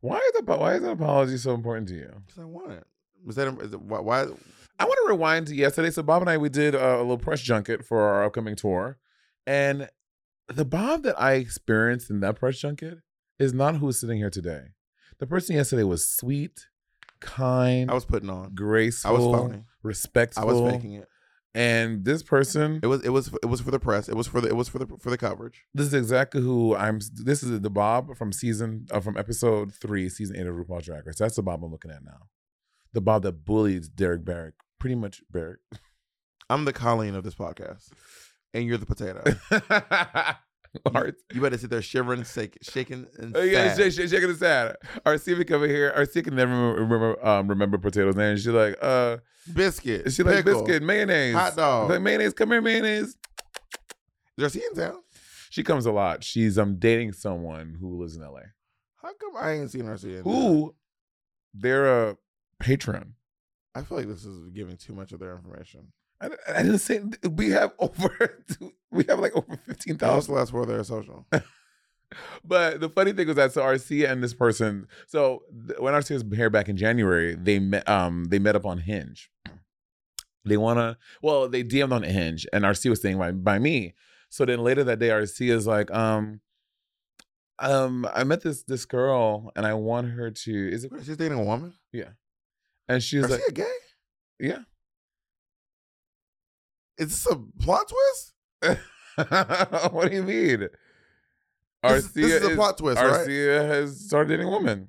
Speaker 4: Why is the why is an apology so important to you?
Speaker 2: Because I want it. Was that is it, why? why
Speaker 4: I want to rewind to yesterday. So Bob and I we did a, a little press junket for our upcoming tour, and the Bob that I experienced in that press junket is not who is sitting here today. The person yesterday was sweet, kind,
Speaker 2: I was putting on. I
Speaker 4: graceful,
Speaker 2: was phony.
Speaker 4: respectful,
Speaker 2: I was faking it.
Speaker 4: and this person
Speaker 2: It was it was it was for the press. It was for the it was for the for the coverage.
Speaker 4: This is exactly who I'm. This is the Bob from season uh, from episode three, season eight of RuPaul's Drag Race. That's the Bob I'm looking at now. The Bob that bullied Derek Barrick, pretty much Barrick.
Speaker 2: I'm the Colleen of this podcast, and you're the potato.
Speaker 4: Our,
Speaker 2: you better sit there shivering, shake, shaking, and
Speaker 4: oh yeah,
Speaker 2: sad.
Speaker 4: shake, shake, shake it aside. Our Stevie over here. Our Stevie can never remember remember, um, remember potatoes name. She's like, uh,
Speaker 2: biscuit.
Speaker 4: she like
Speaker 2: pickle,
Speaker 4: biscuit mayonnaise,
Speaker 2: hot dog.
Speaker 4: Like mayonnaise, come here, mayonnaise.
Speaker 2: There's he in town.
Speaker 4: She comes a lot. She's um dating someone who lives in L.A.
Speaker 2: How come I ain't seen her see in town?
Speaker 4: Who they're a patron.
Speaker 2: I feel like this is giving too much of their information.
Speaker 4: I, I didn't say we have over we have like over fifteen
Speaker 2: That was the
Speaker 4: thousand.
Speaker 2: last word there, social.
Speaker 4: But the funny thing was that so Arcia and this person. So th- when Arcia was here back in January, they met. Um, they met up on Hinge. They wanna. Well, they DM'd on Hinge, and Arcia was saying by by me. So then later that day, Arcia's like, um, um, I met this this girl, and I want her to. Is it?
Speaker 2: She's dating a woman.
Speaker 4: And she
Speaker 2: Is
Speaker 4: was
Speaker 2: she
Speaker 4: like,
Speaker 2: a gay?
Speaker 4: yeah.
Speaker 2: Is this a plot twist?
Speaker 4: what do you mean?
Speaker 2: This, is- this is
Speaker 4: Arcia
Speaker 2: a plot twist, right?
Speaker 4: Arcia has started dating women.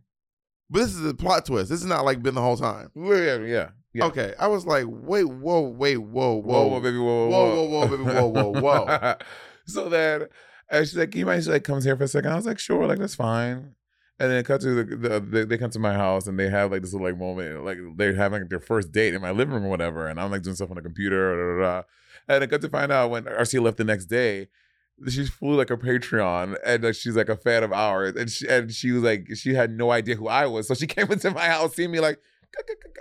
Speaker 2: But this is a plot twist. This is not like been the whole time.
Speaker 4: Yeah, yeah, yeah.
Speaker 2: Okay, I was like, wait, whoa, wait, whoa,
Speaker 4: Whoa,
Speaker 2: whoa,
Speaker 4: whoa, baby, whoa,
Speaker 2: Whoa,
Speaker 4: whoa,
Speaker 2: whoa, whoa, baby, whoa, whoa, whoa.
Speaker 4: so then, and she's like, "Can you mind?" She's like, "Comes here for a second. I was like, "Sure, like that's fine." And then it cuts to the, the they, they come to my house and they have like this little like moment, like they're having their first date in my living room or whatever, and I'm like doing stuff on the computer, da, da, da. and I got to find out when RC left the next day. she flew like a Patreon and like, she's like a fan of ours. And she, and she was like, she had no idea who I was. So she came into my house, seeing me like,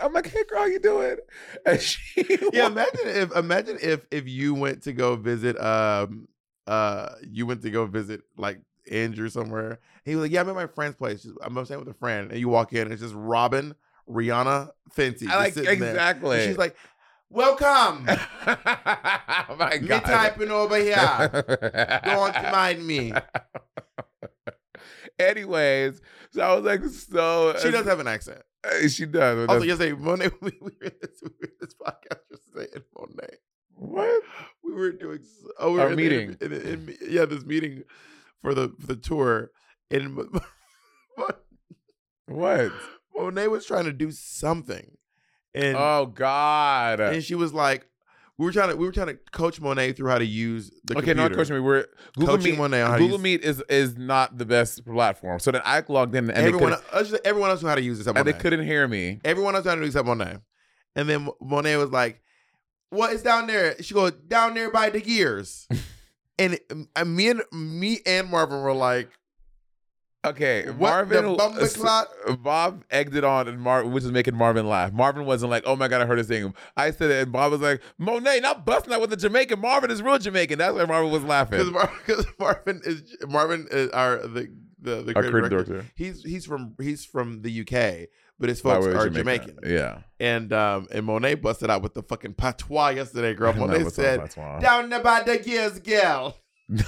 Speaker 4: I'm like, hey girl, how you doing? And she
Speaker 2: yeah, imagine if imagine if if you went to go visit um uh you went to go visit like Andrew somewhere. He was like, "Yeah, I'm at my friend's place. Just- I'm staying with a friend." And you walk in, and it's just Robin, Rihanna, Fenty.
Speaker 4: I like
Speaker 2: just sitting there.
Speaker 4: exactly.
Speaker 2: And she's like, "Welcome,
Speaker 4: oh my
Speaker 2: me
Speaker 4: god.
Speaker 2: typing over here. Don't mind me."
Speaker 4: Anyways, so I was like, so
Speaker 2: She does have an accent.
Speaker 4: Uh, She does. but
Speaker 2: Also,
Speaker 4: that's-
Speaker 2: yesterday, Monet, we, we were in this, we were in this podcast yesterday, and Monet,
Speaker 4: What?
Speaker 2: we were doing s- oh, we
Speaker 4: Our
Speaker 2: were in the-
Speaker 4: meeting.
Speaker 2: in the- in the- yeah, this meeting for the for the tour, and Mo- Mo-
Speaker 4: What?
Speaker 2: Monet was trying to do something, and
Speaker 4: oh God.
Speaker 2: and she was like, we were trying to we were trying to coach Monet through how to use the
Speaker 4: okay,
Speaker 2: computer.
Speaker 4: not question me. We're Google
Speaker 2: Coaching
Speaker 4: Meet.
Speaker 2: Monet on how to
Speaker 4: Google
Speaker 2: use-
Speaker 4: Meet is is not the best platform. So then I logged in and, they
Speaker 2: everyone,
Speaker 4: couldn't-
Speaker 2: else, everyone else knew how to use this.
Speaker 4: and they couldn't hear me.
Speaker 2: Everyone else trying to do except Monet. And then Monet was like, "What is down there?" She goes, "Down there by the gears." and uh, me and me and Marvin were like,
Speaker 4: Okay,
Speaker 2: What
Speaker 4: Marvin. uh,
Speaker 2: the bumper clock?
Speaker 4: Bob egged it on, and Mar- which is making Marvin laugh. Marvin wasn't like, "Oh my god, I heard his thing." I said it, and Bob was like, "Monet, not busting out with the Jamaican. Marvin is real Jamaican." That's why Marvin was
Speaker 2: "Because
Speaker 4: laughing.
Speaker 2: Marvin is Marvin is our the the, the
Speaker 4: Our
Speaker 2: creative
Speaker 4: creative
Speaker 2: director.
Speaker 4: director.
Speaker 2: He's he's from he's from the UK, but his
Speaker 4: Why
Speaker 2: folks
Speaker 4: we're
Speaker 2: are Jamaican.
Speaker 4: Yeah.
Speaker 2: And um and Monet busted out with the fucking patois yesterday, girl.
Speaker 4: I know
Speaker 2: Monet
Speaker 4: what's up,
Speaker 2: said,
Speaker 4: that's why.
Speaker 2: "Down there by the gears, girl."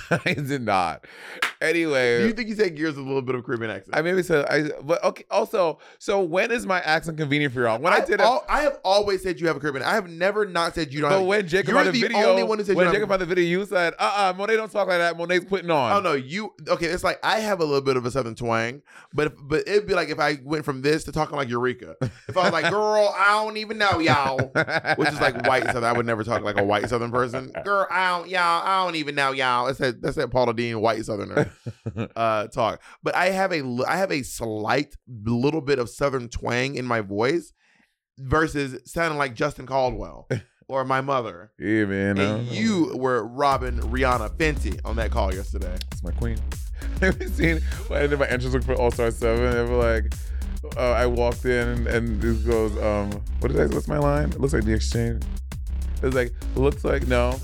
Speaker 4: I did not.
Speaker 2: Do
Speaker 4: Anyway,
Speaker 2: you think he said gears with a little bit of Caribbean accent?
Speaker 4: I maybe said I. But okay. Also, so when is my accent convenient for y'all? When I,
Speaker 2: I've
Speaker 4: did it.
Speaker 2: al- I have always said you have a Caribbean. I have never not said you don't.
Speaker 4: But
Speaker 2: have,
Speaker 4: when Jacob
Speaker 2: you're
Speaker 4: on the,
Speaker 2: the
Speaker 4: video,
Speaker 2: only one who said you
Speaker 4: when
Speaker 2: don't
Speaker 4: Jacob
Speaker 2: have-
Speaker 4: on the video, you said, "Uh, uh Monet, don't talk like that. Monet's putting on."
Speaker 2: oh no, you okay? It's like I have a little bit of a southern twang, but if, but it'd be like if I went from this to talking like Eureka. If I was like, girl, I don't even know y'all, which is like white southern. I would never talk like a white southern person. Girl, I don't y'all. I don't even know y'all. That's that. That's that Paula Dean white southerner uh, talk. But I have a l- I have a slight little bit of southern twang in my voice versus sounding like Justin Caldwell or my mother.
Speaker 4: Yeah, man. I don't
Speaker 2: and
Speaker 4: know.
Speaker 2: you were robbing Rihanna Fenty on that call yesterday.
Speaker 4: It's my queen. Have you seen when I did my entrance look for All Star Seven? They were like, uh, I walked in and this goes, um, what did I? What's my line? It looks like the exchange. It's like looks like no.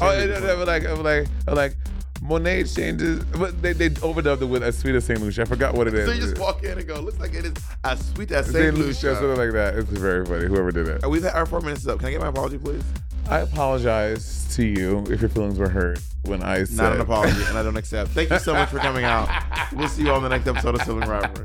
Speaker 4: Oh, and they were like, I was like, I was like, Monet changes, but they they overdubbed it with a sweet of Saint Lucia. I forgot what it is.
Speaker 2: so you just walk in and go, looks like it is as sweet as St.
Speaker 4: Saint Lucia, something
Speaker 2: Lucia.
Speaker 4: like that. It's very funny. Whoever did it,
Speaker 2: Uh, We've had our four minutes is up. Can I get my apology, please?
Speaker 4: I apologize to you if your feelings were hurt when I said.
Speaker 2: Not an apology, and I don't accept. Thank you so much for coming out. We'll see you on the next episode of Sibling Rivalry.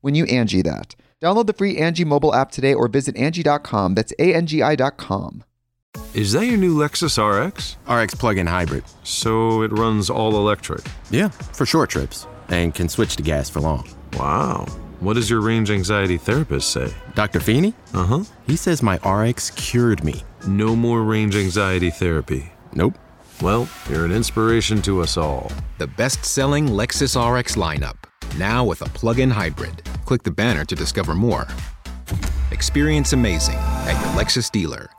Speaker 1: when you Angie that. Download the free Angie mobile app today or visit Angie.com. That's A-N-G-I dot com.
Speaker 7: Is that your new Lexus RX?
Speaker 8: RX plug-in hybrid.
Speaker 7: So it runs all electric.
Speaker 8: Yeah, for short trips and can switch to gas for long.
Speaker 7: Wow. What does your range anxiety therapist say?
Speaker 8: Dr. Feeney?
Speaker 7: Uh huh.
Speaker 8: He says my RX cured me.
Speaker 7: No more range anxiety therapy.
Speaker 8: Nope.
Speaker 7: Well, you're an inspiration to us all.
Speaker 8: The best selling Lexus RX lineup, now with a plug in hybrid. Click the banner to discover more. Experience amazing at your Lexus dealer.